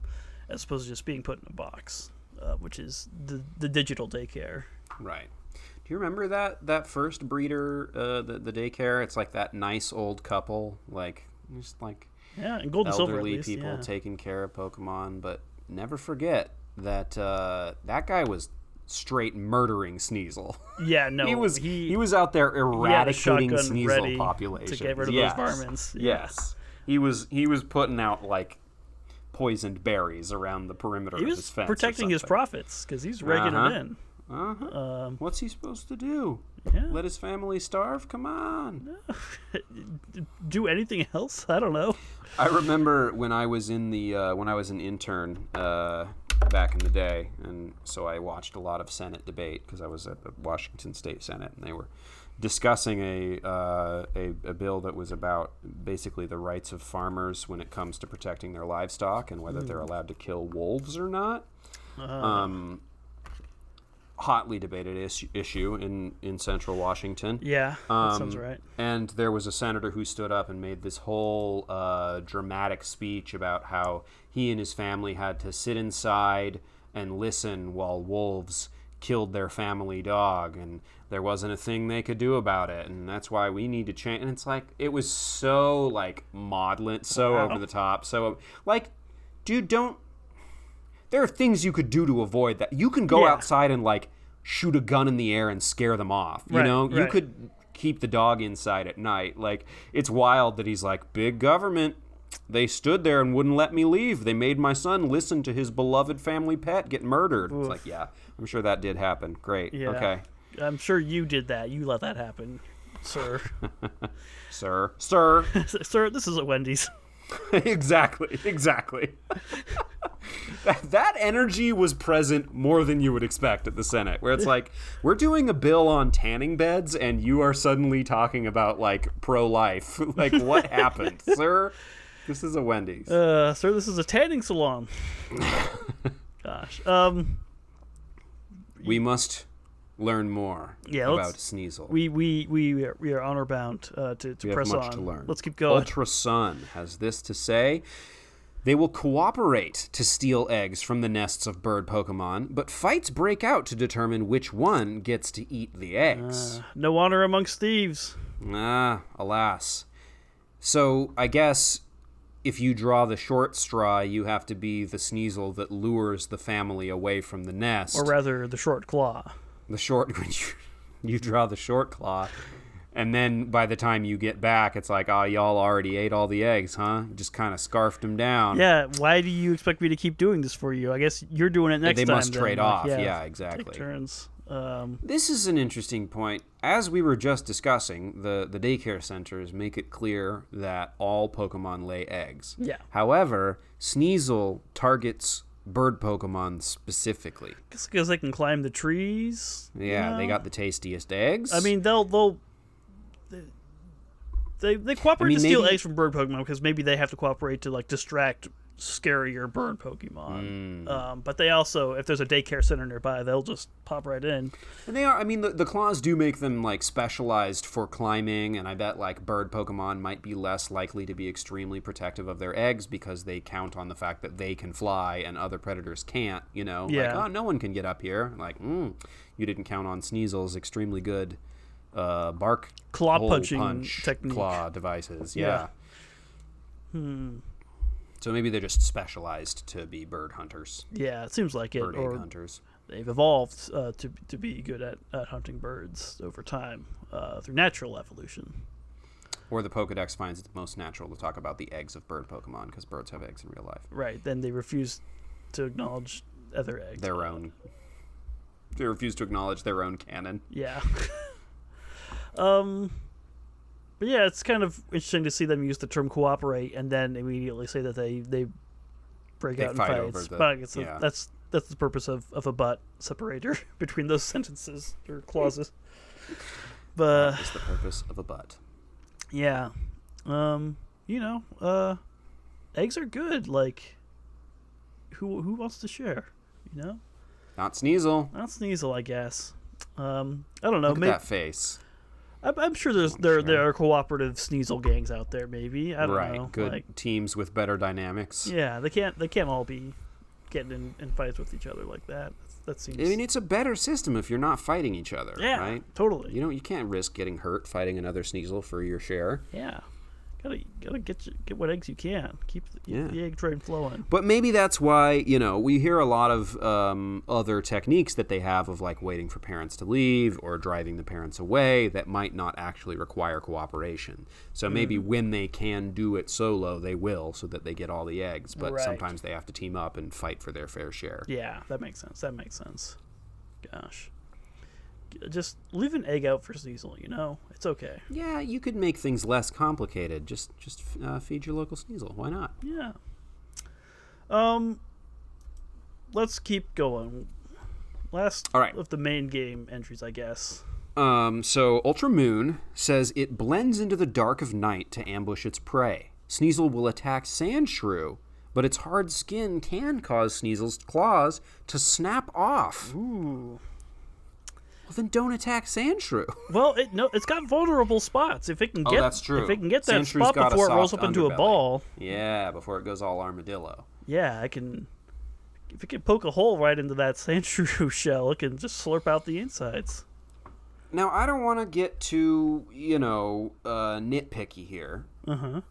A: as opposed to just being put in a box uh, which is the the digital daycare
B: Right. Do you remember that that first breeder, uh, the the daycare? It's like that nice old couple, like just like
A: yeah and gold and silver at
B: elderly
A: least,
B: people
A: yeah.
B: taking care of Pokemon. But never forget that uh, that guy was straight murdering Sneasel.
A: yeah no
B: he was
A: he,
B: he, was out there
A: he had a
B: eradicating
A: shotgun ready
B: Sneasel population
A: to get rid of
B: yes.
A: those varmints yeah.
B: Yes, he was he was putting out like poisoned berries around the perimeter
A: he
B: of
A: was
B: his fence. or
A: protecting his
B: something.
A: profits because he's raking
B: Uh-huh.
A: it in
B: Uh-huh. What's he supposed to do?
A: Yeah.
B: Let his family starve? Come on.
A: do anything else I don't know
B: I remember when I was in the uh, when I was an intern uh, back in the day, and so I watched a lot of Senate debate because I was at the Washington State Senate, and they were discussing a, uh, a a bill that was about basically the rights of farmers when it comes to protecting their livestock and whether they're allowed to kill wolves or not. Um, hotly debated is- issue in in central Washington.
A: yeah
B: Um,
A: that sounds right
B: And there was a senator who stood up and made this whole uh, dramatic speech about how he and his family had to sit inside and listen while wolves killed their family dog, and there wasn't a thing they could do about it, and that's why we need to change. And it's like it was so like maudlin, so over the top, so like, dude, don't there are things you could do to avoid that. You can go
A: Yeah.
B: outside and like shoot a gun in the air and scare them off. You
A: Right,
B: know, you
A: right.
B: could keep the dog inside at night. Like it's wild that he's like big government. They stood there and wouldn't let me leave. They made my son listen to his beloved family pet get murdered. It's like, yeah, I'm sure that did happen. Great.
A: Yeah.
B: Okay.
A: I'm sure you did that. You let that happen, sir.
B: Sir. Sir.
A: sir, this is at Wendy's.
B: exactly. Exactly. that, that energy was present more than you would expect at the Senate, where it's like, we're doing a bill on tanning beds, and you are suddenly talking about like pro life. like, what happened, sir? This is a Wendy's.
A: Uh, sir, this is a tanning salon. Gosh. Um,
B: we must learn more
A: Yeah, let's-
B: about Sneasel.
A: we we we are, we are honor bound uh, to to
B: We have
A: press
B: much
A: on.
B: to learn.
A: Let's keep going.
B: Ultra Sun has this to say. They will cooperate to steal eggs from the nests of bird Pokemon, but fights break out to determine which one gets to eat the eggs.
A: No honor amongst thieves.
B: Ah, alas. So I guess if you draw the short straw, you have to be the Sneasel that lures the family away from the nest.
A: Or rather, the short claw.
B: the short when you you draw the short claw and then by the time you get back it's like oh y'all already ate all the eggs huh just kind of scarfed them down
A: Yeah. Why do you expect me to keep doing this for you? I guess you're doing it next
B: they
A: time.
B: must
A: then.
B: trade
A: Like,
B: off yeah,
A: Take
B: exactly
A: turns. Um,
B: this is an interesting point as we were just discussing the the daycare centers make it clear that all pokemon lay eggs
A: Yeah.
B: however sneasel targets bird pokemon specifically
A: because they can climb the trees.
B: yeah they got the tastiest eggs
A: I mean, they'll they'll they they cooperate
B: I mean,
A: to steal
B: maybe-
A: eggs from bird Pokemon because maybe they have to cooperate to like distract scarier bird
B: Mm.
A: Pokemon. Um, but they also, if there's a daycare center nearby, they'll just pop right in.
B: And they are. I mean, the, the claws do make them like specialized for climbing, and I bet like bird Pokemon might be less likely to be extremely protective of their eggs because they count on the fact that they can fly and other predators can't. You know,
A: Yeah.
B: like oh, no one can get up here. Like, mm, you didn't count on Sneasel's extremely good uh, bark
A: Claw
B: hole
A: punching
B: punch
A: technique.
B: claw devices. Yeah.
A: Yeah. Hmm.
B: So maybe they're just specialized to be bird hunters,
A: Yeah, it seems like it.
B: bird egg
A: or
B: hunters.
A: they've evolved uh, to to be good at, at hunting birds over time uh, through natural evolution.
B: Or the Pokedex finds it most natural to talk about the eggs of bird Pokemon because birds have eggs in real life.
A: Right. Then they refuse to acknowledge other eggs.
B: Their own. They refuse to acknowledge their own canon.
A: Yeah. um but yeah, it's kind of interesting to see them use the term cooperate and then immediately say that they they break
B: They
A: out in
B: fight
A: fights.
B: over the-
A: but I guess
B: yeah.
A: that's that's the purpose of, of a butt separator between those sentences or clauses. but
B: It's the purpose of a butt.
A: yeah. Um you know, uh eggs are good like who who wants to share, you know?
B: Not Sneasel.
A: Not Sneasel, I guess. Um, I don't know.
B: Look
A: Maybe,
B: at that face.
A: I'm, I'm sure there's
B: I'm
A: there
B: sure.
A: there are cooperative Sneasel gangs out there. Maybe I don't
B: Right.
A: know.
B: Good
A: Like,
B: teams with better dynamics.
A: yeah, they can't they can't all be getting in, in fights with each other like that. That seems.
B: I mean, it's a better system if you're not fighting each other,
A: yeah,
B: right?
A: totally.
B: You know, you can't risk getting hurt fighting another Sneasel for your share.
A: yeah, gotta gotta get you, get what eggs you can. Keep the, keep
B: Yeah.
A: the egg train flowing.
B: But maybe that's why, you know, we hear a lot of um, other techniques that they have of like waiting for parents to leave or driving the parents away that might not actually require cooperation. So maybe when they can do it solo, they will so that they get all the eggs. But
A: Right.
B: sometimes they have to team up and fight for their fair share.
A: Yeah, that makes sense. That makes sense. Gosh, G- just leave an egg out for Sneasel. You know, it's okay.
B: Yeah, you could make things less complicated. Just just uh, feed your local Sneasel. Why not?
A: Yeah. Um let's keep going. Last
B: All right.
A: of the main game entries, I guess.
B: Um, so Ultra Moon says it blends into the dark of night to ambush its prey. Sneasel will attack Sand Shrew, but its hard skin can cause Sneasel's claws to snap off.
A: Ooh.
B: Well, then don't attack Sand Shrew.
A: Well, it no it's got vulnerable spots. If it can
B: Oh,
A: get
B: that's true.
A: if it can get that
B: Sandshrew 's
A: spot
B: got a
A: before it rolls up
B: soft
A: into a
B: underbelly.
A: ball,
B: yeah, before it goes all armadillo.
A: yeah, I can if it can poke a hole right into that Sandshrew shell, it can just slurp out the insides.
B: Now, I don't want to get too, you know, uh, nitpicky here,
A: Uh-huh.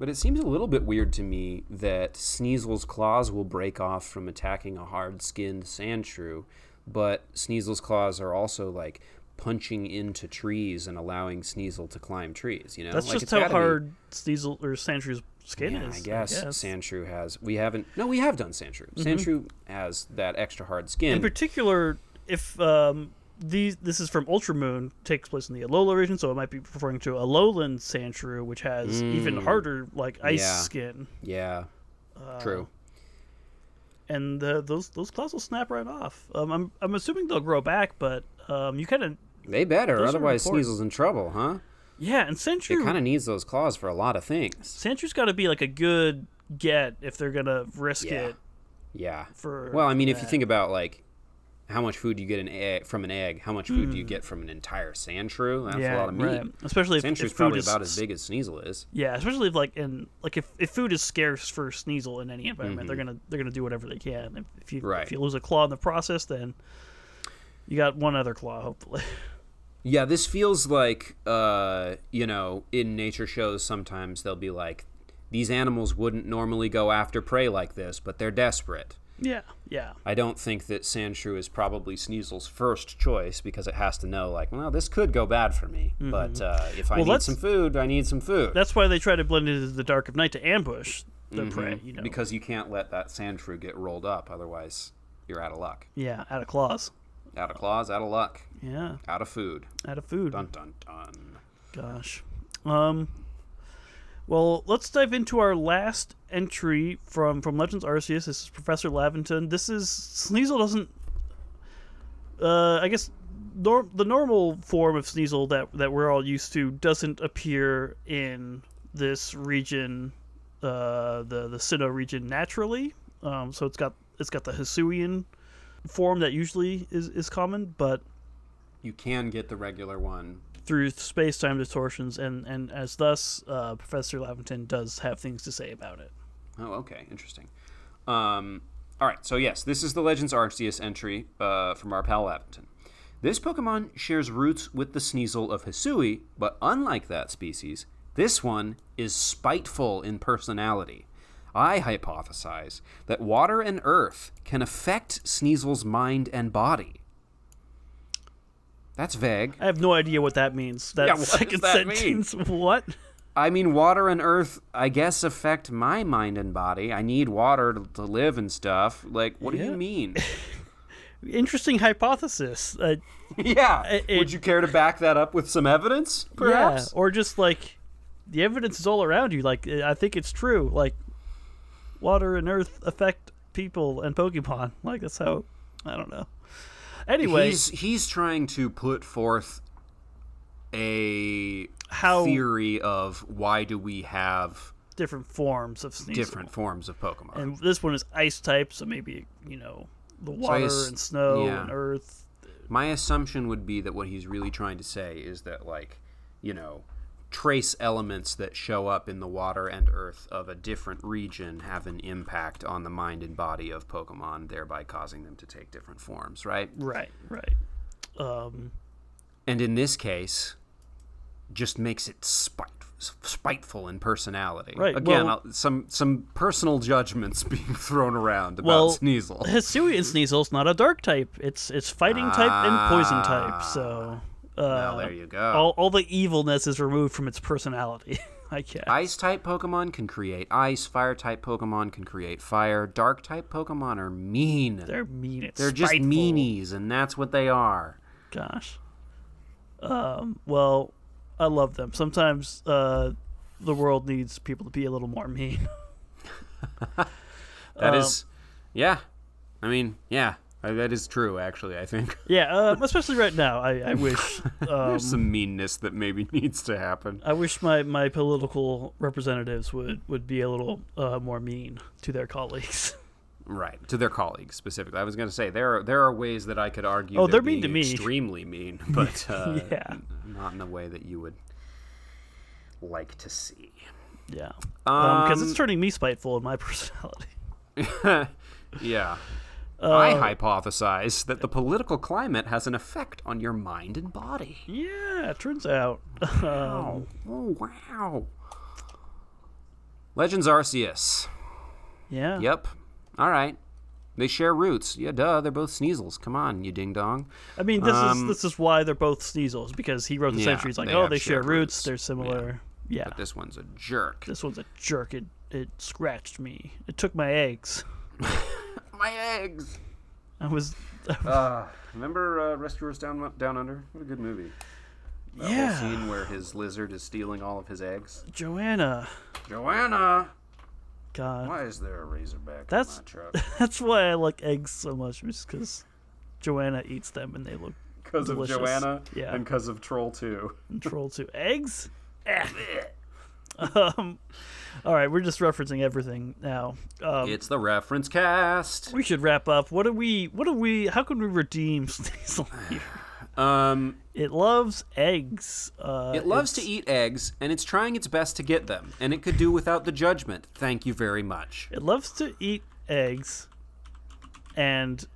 B: but it seems a little bit weird to me that Sneasel's claws will break off from attacking a hard skinned sand shrew, but Sneasel's claws are also like punching into trees and allowing Sneasel to climb trees, you know?
A: That's
B: like,
A: just
B: it's
A: how
B: gotta be-
A: hard Sneasel or Sandshrew's skin
B: Yeah,
A: is.
B: I guess, sand shrew has. We haven't. No, we have done sand shrew. Sand
A: Mm-hmm.
B: shrew has that extra hard skin.
A: in particular, if um, these this is from Ultramoon, takes place in the Alola region, so it might be referring to Alolan Sandshrew, which has even harder like ice
B: Mm. Yeah.
A: skin,
B: yeah.
A: Uh,
B: true.
A: and uh, those those claws will snap right off. Um, I'm I'm assuming they'll grow back, but um, you kind of
B: They better,
A: are
B: otherwise
A: important.
B: Sneasel's in trouble, huh?
A: yeah, and
B: It kind
A: Sandshrew
B: of needs those claws for a lot of things.
A: Sandshrew's got to be like a good get if they're gonna risk
B: Yeah.
A: it.
B: Yeah.
A: For
B: well, I mean, if you
A: that.
B: think about like how much food you get an egg, from an egg, how much food do you get from an entire sand shrew? That's
A: Hmm. yeah,
B: a lot of meat.
A: right. Especially if,
B: Sand
A: if
B: shrew's
A: food
B: probably
A: is
B: about as big as Sneasel is.
A: Yeah, especially if like in like if, if food is scarce for Sneasel in any environment, they're gonna they're gonna do whatever they can. If, if you
B: Right.
A: if you lose a claw in the process, then you got one other claw hopefully.
B: Yeah, this feels like uh, you know, in nature shows sometimes they'll be like, these animals wouldn't normally go after prey like this, but they're desperate.
A: yeah, yeah,
B: I don't think that sand shrew is probably Sneasel's first choice because it has to know, like, well, this could go bad for me, but uh, if
A: Mm-hmm.
B: I
A: Well,
B: need
A: that's-
B: some food, I need some food.
A: that's why they try to blend into the dark of night to ambush the prey. You know,
B: because you can't let that sand shrew get rolled up otherwise you're out of luck
A: yeah, out of claws,
B: out of claws out of luck
A: yeah,
B: out of food
A: out of food.
B: dun dun dun
A: Gosh. Um well, let's dive into our last entry from from Legends Arceus. This is Professor Laventon. This is Sneasel doesn't uh I guess nor- the normal form of Sneasel that that we're all used to doesn't appear in this region uh, the the Sinnoh region naturally. Um, so it's got it's got the Hisuian form that usually is, is common, but
B: You can get the regular one.
A: through space time distortions and and as thus uh, Professor Lavington does have things to say about it.
B: Oh, okay, interesting. Um, all right, so yes, this is the Legends Arceus entry uh, from our pal Lavington. This Pokemon shares roots with the Sneasel of Hisui, but unlike that species, this one is spiteful in personality. I hypothesize that water and earth can affect Sneasel's mind and body. That's vague.
A: I have no idea what that means. That
B: what does
A: second
B: that mean?
A: sentence. What?
B: I mean, water and earth, I guess, affect my mind and body. I need water to, to live and stuff. Like, what do you
A: Yeah.
B: mean?
A: Interesting hypothesis. Uh,
B: yeah.
A: it-
B: Would you care to back that up with some evidence,
A: yeah,
B: perhaps?
A: or just like the evidence is all around you. Like I think it's true. Like water and earth affect people and Pokemon. Like that's how I don't know. Anyway,
B: He's he's trying to put forth a
A: How-
B: theory of why do we have
A: different forms of Sneasel.
B: different forms of Pokemon.
A: and this one is ice type, so maybe you know the
B: I
A: water
B: s-
A: and snow
B: yeah.
A: and earth.
B: My assumption would be that what he's really trying to say is that, like, you know, trace elements that show up in the water and earth of a different region have an impact on the mind and body of Pokemon, thereby causing them to take different forms, right?
A: Right, right. Um,
B: And in this case, just makes it spite, spiteful in personality.
A: Right,
B: Again,
A: well-
B: I'll- some some personal judgments being thrown around about
A: Well, uh,
B: Sneasel.
A: Hisuian Sneasel's not a dark type. It's it's fighting type and poison type.
B: Ah.
A: So uh,
B: well, there you go.
A: all all the evilness is removed from its personality. I guess.
B: Ice type Pokemon can create ice. Fire type Pokemon can create fire. Dark type Pokemon are mean. They're,
A: They're mean. It's
B: just
A: spiteful.
B: meanies, and that's what they are.
A: Gosh. Um, well, I love them. Sometimes uh, the world needs people to be a little more mean. Um,
B: That is, yeah. I mean, yeah. I- That is true, actually. I think
A: yeah, uh, especially right now. I, I wish. Um,
B: there's some meanness that maybe needs to happen.
A: I wish my, my political representatives would, would be a little uh, more mean to their colleagues.
B: Right to their colleagues specifically. I was going to say there are there are ways that I could argue.
A: Oh, they're
B: being
A: mean to me.
B: Extremely mean, but uh,
A: Yeah.
B: n- not in the way that you would like to see.
A: yeah. Because
B: Um,
A: it's turning me spiteful in my personality.
B: yeah.
A: Uh,
B: I hypothesize that the political climate has an effect on your mind and body.
A: Yeah, it turns out. Um,
B: Oh, oh wow. Legends Arceus.
A: yeah.
B: Yep. All right. They share roots. Yeah, duh. They're both Sneasels. Come on, you ding dong.
A: I mean, this
B: Um,
A: is this is why they're both Sneasels because he wrote the
B: Yeah,
A: century. He's like,
B: they
A: oh,
B: have
A: they share
B: shared
A: roots.
B: roots.
A: They're similar. Yeah.
B: This one's a jerk.
A: This one's a jerk. It it scratched me. It took my eggs.
B: My eggs.
A: I was.
B: Uh, remember uh, Rescuers Down Down Under? What a good movie. That
A: Yeah.
B: whole scene where his lizard is stealing all of his eggs.
A: Joanna.
B: Joanna,
A: God.
B: why is there a razorback
A: That's-
B: in my truck?
A: That's why I like eggs so much, just because Joanna eats them and they look
B: because of
A: Delicious.
B: Joanna
A: Yeah.
B: and because of Troll 2.
A: control to eggs. Eh. um, all right, we're just referencing everything now. Um,
B: It's the reference cast.
A: we should wrap up. What do we? What do we? How can we redeem Sneasel? here?
B: Um,
A: It loves eggs. Uh,
B: it loves to eat eggs, and it's trying its best to get them, and it could do without the judgment. Thank you very much.
A: It loves to eat eggs, and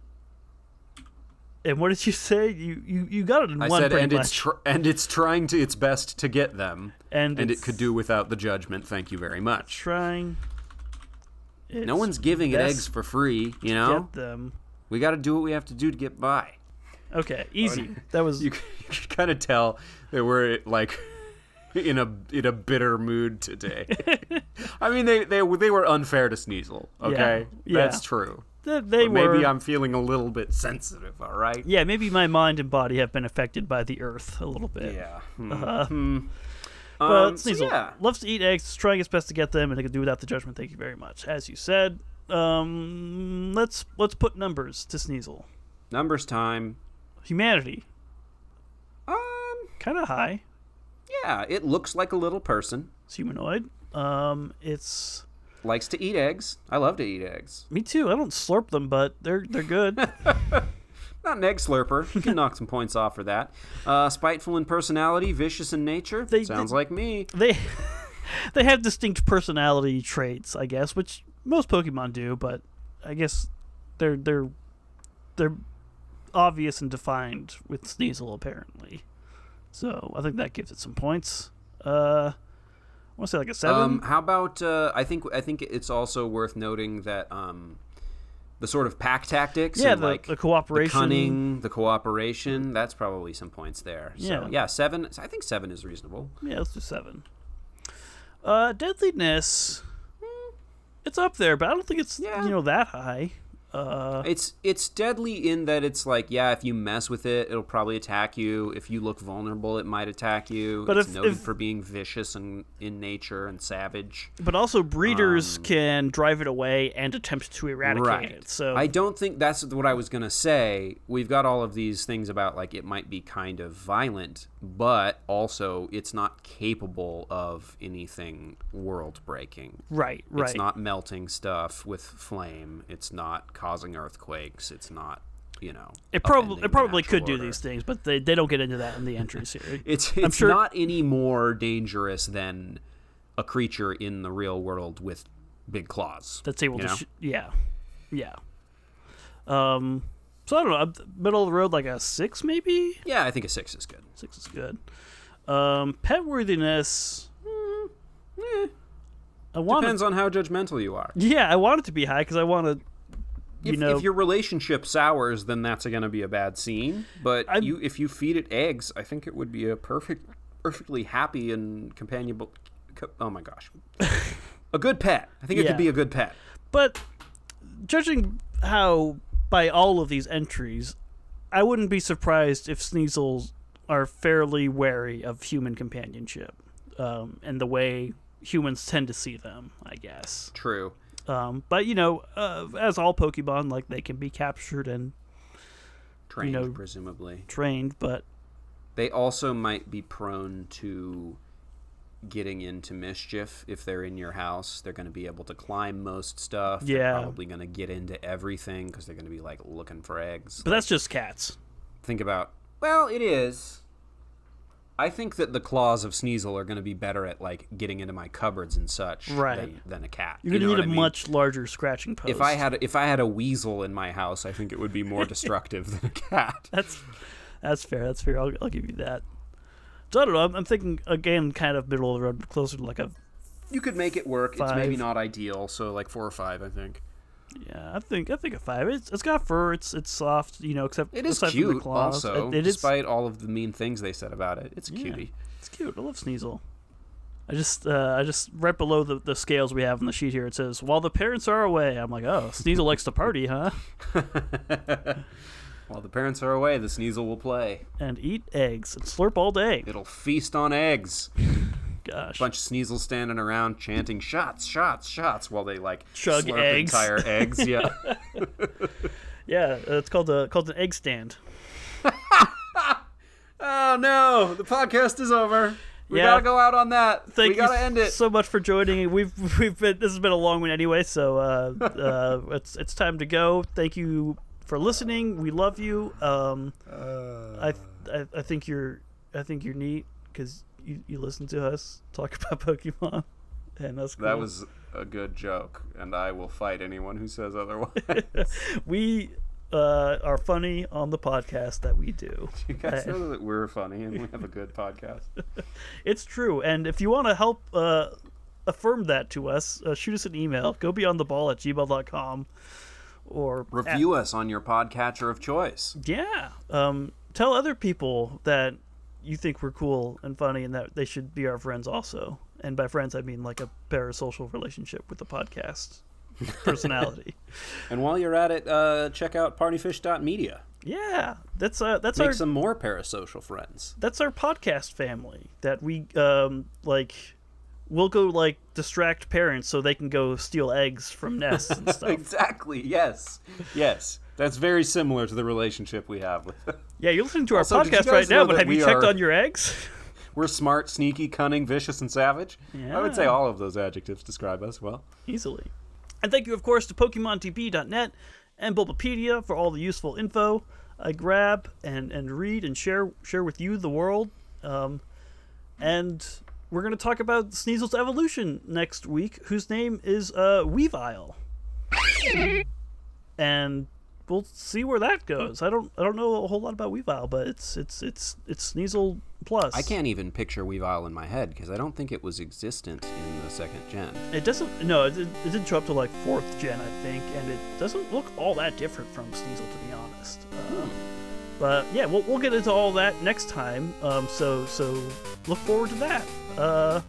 A: and what did you say? You you, you got it in
B: I
A: one
B: said,
A: pretty
B: and
A: much.
B: it's tr- and it's trying to its best to get them,
A: And
B: and it
A: it's-
B: could do without the judgment. Thank you very much.
A: trying. It's
B: No one's giving it
A: best
B: eggs for free, you know.
A: get them.
B: We got to do what we have to do to get by.
A: Okay, easy. That was
B: You, c- you could kind of tell that we're like in a in a bitter mood today. I mean, they they they were unfair to Sneasel. Okay,
A: yeah.
B: that's true.
A: they, they
B: But maybe
A: were.
B: I'm feeling a little bit sensitive. All right.
A: Yeah, maybe my mind and body have been affected by the earth a little bit.
B: Hmm.
A: Uh,
B: Um,
A: But
B: so
A: Sneasel
B: yeah.
A: loves to eat eggs, is trying its best to get them, and it can do without the judgment. Thank you very much. As you said, um, let's let's put numbers to Sneasel.
B: Numbers time.
A: Humanity,
B: Um.
A: kind of high.
B: Yeah. It looks like a little person.
A: It's humanoid. Um, it's
B: likes to eat eggs. I love to eat eggs.
A: Me too. I don't slurp them, but they're they're good.
B: Not an egg slurper. You can knock some points off for that. Uh, spiteful in personality, vicious in nature.
A: They-
B: Sounds
A: they-
B: like me.
A: they they have distinct personality traits, I guess, which most Pokemon do, but I guess they're they're they're obvious and defined with Sneasel apparently. So I think that gives it some points. Uh, I want to say like a seven.
B: Um, how about uh, I think I think it's also worth noting that um, the sort of pack tactics,
A: yeah,
B: and,
A: the,
B: like
A: the cooperation.
B: cunning, the cooperation. That's probably some points there. So,
A: Yeah.
B: yeah, seven. I think seven is reasonable.
A: Yeah, let's do seven. Uh, deadliness. Hmm, It's up there, but I don't think it's
B: Yeah.
A: you know that high. Uh,
B: It's it's deadly in that it's like yeah, if you mess with it, it'll probably attack you. If you look vulnerable, it might attack you.
A: But
B: it's
A: if-
B: noted
A: if-
B: for being vicious and in nature and savage.
A: But also, breeders
B: Um,
A: can drive it away and attempt to eradicate it. So
B: I don't think that's what I was gonna say. We've got all of these things about like it might be kind of violent, but also it's not capable of anything world breaking.
A: right, right,
B: It's not melting stuff with flame. It's not causing earthquakes. It's not, you know.
A: it probably
B: upending
A: it
B: the
A: probably could
B: natural
A: do
B: order.
A: these things, but they, they don't get into that in the entries here.
B: It's
A: I'm
B: it's
A: sure-
B: not any more dangerous than a creature in the real world with big claws.
A: That's able
B: you
A: to
B: know?
A: sh- yeah, yeah. Um, so I don't know, I'm th- middle of the road, like a six maybe.
B: yeah, I think a six is good.
A: Six is good. Um, pet worthiness. mm, eh. I want
B: Depends on how judgmental you are.
A: yeah, I want it to be high because I want to.
B: If,
A: You know,
B: if your relationship sours, then that's going to be a bad scene. But
A: I'm-
B: you, if you feed it eggs, I think it would be a perfect, perfectly happy and companionable. co- Oh my gosh, a good pet. I think it
A: Yeah.
B: could be a good pet.
A: But judging how by all of these entries, I wouldn't be surprised if Sneasels are fairly wary of human companionship um, and the way humans tend to see them, I guess.
B: True.
A: Um, but you know, uh, as all Pokemon, like they can be captured and
B: Trained,
A: know-
B: presumably.
A: trained, but
B: They also might be prone to getting into mischief if they're in your house. They're going to be able to climb most stuff. They're
A: Yeah.
B: probably going to get into everything because they're going to be like looking for eggs.
A: but that's just cats.
B: think about. Well, it is. I think that the claws of Sneasel are going to be better at like getting into my cupboards and such
A: Right.
B: than, than a cat.
A: You're gonna
B: You
A: need
B: know what
A: a
B: I mean?
A: much larger scratching post.
B: If I had if I had a weasel in my house, I think it would be more destructive than a cat.
A: that's that's fair. That's fair. I'll, I'll give you that. So I don't know. I'm, I'm thinking again, kind of middle of the road, closer to like a
B: You could make it work. It's
A: Five.
B: maybe not ideal, so like four or five, I think.
A: Yeah, I think I think a five. It's it's got fur. It's it's soft. You know, except
B: It is
A: aside from the
B: cute,
A: claws.
B: also,
A: It- it is-
B: despite all of the mean things they said about it. It's a cutie.
A: It's cute. I love Sneasel. I just uh, I just right below the, the scales we have on the sheet here. It says while the parents are away. I'm like, oh, Sneasel likes to party, huh?
B: While the parents are away, the Sneasel will play.
A: And eat eggs and slurp all day.
B: It'll feast on eggs.
A: Gosh,
B: bunch of sneezels standing around chanting shots, shots, shots while they like
A: Chug
B: slurp
A: eggs.
B: entire eggs. Yeah,
A: yeah, uh, it's called a called an egg stand.
B: oh no, the podcast is over. We
A: Yeah.
B: gotta go out on that.
A: Thank
B: we gotta
A: you
B: end it.
A: so much for joining. We've we've been this has been a long one anyway, so uh, uh, it's it's time to go. Thank you for listening. We love you. Um,
B: Uh.
A: I, I I think you're I think you're neat because you, you listen to us talk about Pokemon, and that's cool.
B: that was a good joke, and I will fight anyone who says otherwise.
A: we uh, are funny on the podcast that we do. Uh,
B: you guys know that we're funny and we have a good podcast.
A: It's true. And if you want to help uh, affirm that to us, uh, shoot us an email. Go beyond the ball at gmail.com or at-
B: Review us on your podcatcher of choice.
A: Yeah. Um, tell other people that you think we're cool and funny and that they should be our friends also. And by friends, I mean like a parasocial relationship with the podcast personality.
B: And while you're at it, uh, check out partyfish.media.
A: yeah. That's uh, that's
B: Make
A: our
B: some more parasocial friends.
A: that's our podcast family that we um like we'll go like distract parents so they can go steal eggs from nests and stuff.
B: Exactly. Yes. Yes. That's very similar to the relationship we have with.
A: yeah, you're listening to our
B: Also, did you
A: podcast
B: guys
A: right now,
B: know
A: but
B: that
A: have you
B: we
A: checked
B: are-
A: on your eggs?
B: We're smart, sneaky, cunning, vicious, and savage. I would say
A: Yeah.
B: all of those adjectives describe us well.
A: Easily. And thank you, of course, to PokemonTB.net and Bulbapedia for all the useful info I grab and, and read and share share with you, the world. Um, and we're going to talk about Sneasel's evolution next week, whose name is uh, Weavile. and we'll see where that goes. I don't I don't know a whole lot about Weavile, but it's it's it's it's Sneasel plus.
B: I can't even picture Weavile in my head because I don't think it was existent in the second gen.
A: It doesn't. No, it, did- it didn't show up to like fourth gen, I think, and it doesn't look all that different from Sneasel, to be honest. Uh, But yeah, we'll, we'll get into all that next time. Um, so so look forward to that. Uh,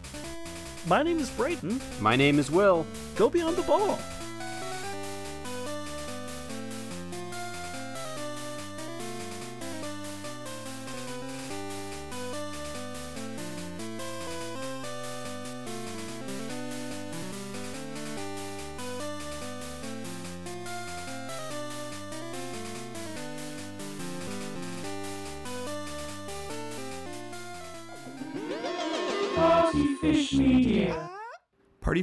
A: my name is Brayden.
B: My name is Will.
A: Go beyond the ball.
C: Party